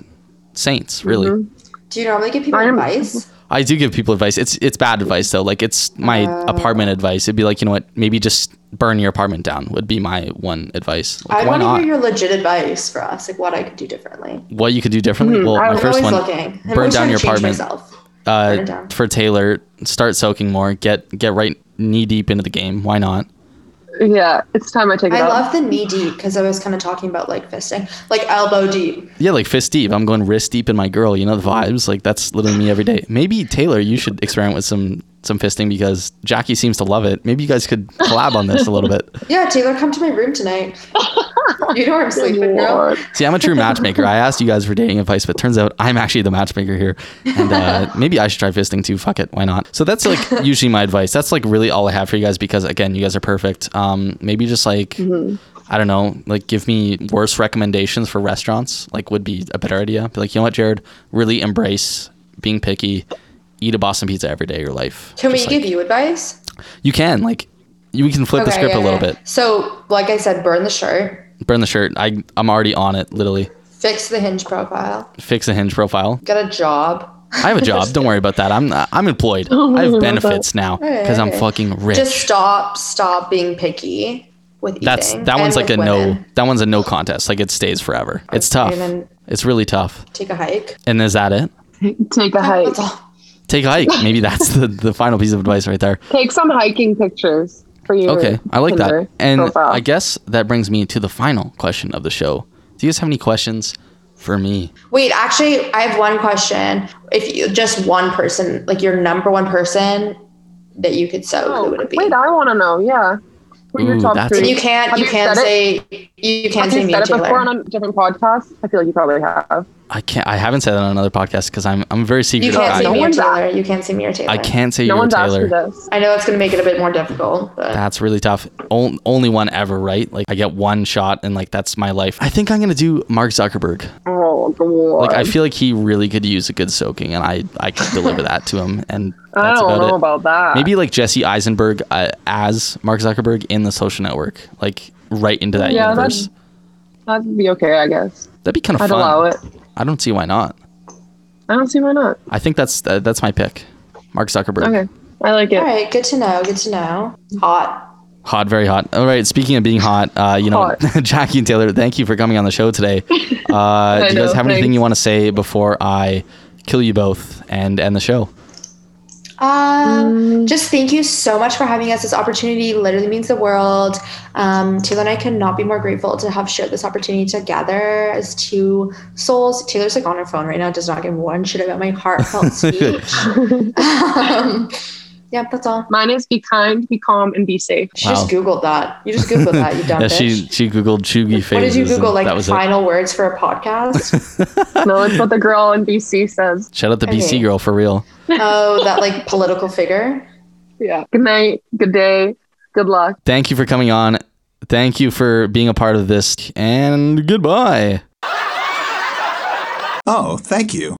S3: saints, really.
S5: Mm-hmm. Do you normally give people
S4: I'm-
S5: advice?
S3: I do give people advice. It's it's bad advice though. Like it's my apartment advice. It'd be like, you know what? Maybe just burn your apartment down would be my one advice. Like,
S5: I
S3: why
S5: want to
S3: not?
S5: hear your legit advice for us, like what I could do differently.
S3: what you could do differently. Well, my
S4: I
S5: I'm
S3: first
S5: Hmm, always
S3: one,
S5: looking. I'm
S3: burn
S5: always
S3: down
S5: trying
S3: your
S5: to change
S3: apartment.
S5: Myself. burn it
S3: Uh,
S5: down.
S3: for Taylor, start soaking more. Get get right knee deep into the game. Why not?
S4: Yeah, it's time I take it
S5: I
S4: out.
S5: love the knee deep because I was kind of talking about like fisting, like elbow deep.
S3: Yeah, like fist deep. I'm going wrist deep in my girl. You know the vibes. Like that's literally me every day. Maybe Taylor, you should experiment with some some fisting because Jackie seems to love it. Maybe you guys could collab on this a little bit.
S5: Yeah, Taylor, come to my room tonight. you know where I'm sleeping, girl.
S4: Lord.
S3: See, I'm a true matchmaker. I asked you guys for dating advice, but turns out I'm actually the matchmaker here. And uh, maybe I should try fisting too. Fuck it, why not? So that's like usually my advice. That's like really all I have for you guys because again, you guys are perfect. Um, maybe just like
S5: Mm-hmm.
S3: I don't know, like give me worse recommendations for restaurants. Like would be a better idea. Be like, you know what, Jared, really embrace being picky. Eat a Boston pizza every day of your life.
S5: Can we
S3: Just, like-
S5: give you advice?
S3: You can like. You we can flip the
S5: Okay,
S3: script
S5: yeah,
S3: a little
S5: yeah. So, like I said, burn the shirt,
S3: bit. Burn the shirt. I I'm already on it. Literally,
S5: fix the hinge profile,
S3: fix a hinge profile.
S5: get a job.
S3: I have a job. Don't worry about that. I'm I'm employed. I have benefits now because I'm
S5: Oh, Okay.
S3: fucking rich.
S5: Just stop, stop being picky with eating.
S3: That's that
S5: and
S3: one's like a
S5: with
S3: no.
S5: women.
S3: That one's a no contest. Like it stays forever. It's tough.
S5: And then
S3: It's really tough.
S5: take a hike.
S3: And is that it?
S4: Take a hike.
S5: That's all.
S3: Take a hike. Maybe that's the, the final piece of advice right there.
S4: Take some hiking pictures for you.
S3: Okay, I like that. And
S4: profile.
S3: I guess that brings me to the final question of the show. Do you guys have any questions for me?
S5: Wait, actually, I have one question. If you just one person, like your number one person that you could sew, who
S4: Oh,
S5: would it be?
S4: wait, I want to know. Yeah. What are your
S3: Ooh,
S4: top
S3: Mm, that's-
S4: three?
S5: and you can't,
S4: Have
S5: you
S4: you
S5: can't
S4: said
S5: say, you can't
S4: Have
S5: say
S4: you
S5: me,
S4: said it before
S5: Taylor.
S4: on a different podcast? I feel like you probably have.
S3: I can't. I haven't said that on another podcast because I'm I'm a very
S5: You
S3: secretive
S5: can't
S3: guy.
S5: say
S4: No
S5: me or
S4: one's
S5: Taylor. You can't say me or Taylor.
S3: I can't say
S4: No
S3: you're
S4: one's
S3: Taylor.
S4: asked you this.
S5: I know that's going to make it a bit more difficult, but
S3: That's really tough. On- only one ever, right? Like I get one shot and like that's my life. I think I'm gonna do Mark Zuckerberg.
S4: Oh, God.
S3: Like I feel like he really could use a good soaking, and I I could deliver that to him. And
S4: I
S3: that's
S4: don't
S3: about
S4: know
S3: it.
S4: about that.
S3: Maybe like Jesse Eisenberg uh, as Mark Zuckerberg in the Social Network, like right into that
S4: Yeah,
S3: universe.
S4: that'd- that'd be okay, I guess.
S3: That'd be kind of
S4: I'd
S3: fun.
S4: allow it.
S3: I don't see why not.
S4: I don't see why not.
S3: I think that's uh, that's my pick. Mark Zuckerberg.
S4: Okay, I like it.
S5: all right. Good to know. Good to know. Hot.
S3: Hot, very hot. All right. Speaking of being hot, uh, you know,
S4: Hot.
S3: Jackie and Taylor, thank you for coming on the show today. Uh, do you guys
S4: know,
S3: have anything
S4: thanks.
S3: you want to say before I kill you both and end the show? Mm.
S5: Um, just thank you so much for having us. This opportunity literally means the world. Um, Taylor and I cannot be more grateful to have shared this opportunity together as two souls. Taylor's like on her phone right now, does not give one shit about my heartfelt speech. um, yeah, that's all.
S4: Mine is be kind, be calm, and be safe.
S5: She
S3: Wow.
S5: just googled that. You just googled that. You dumb
S3: yeah,
S5: bitch.
S3: she she googled chuggy faces.
S5: what did you Google?
S3: and
S5: Like
S3: that was it.
S5: final words for a podcast?
S4: No, it's what the girl in BC says.
S3: Shout out the BC
S5: Okay.
S3: girl for real.
S5: oh, that like political figure.
S4: Yeah. Good night. Good day. Good luck.
S3: Thank you for coming on. Thank you for being a part of this. And goodbye.
S6: Oh, thank you.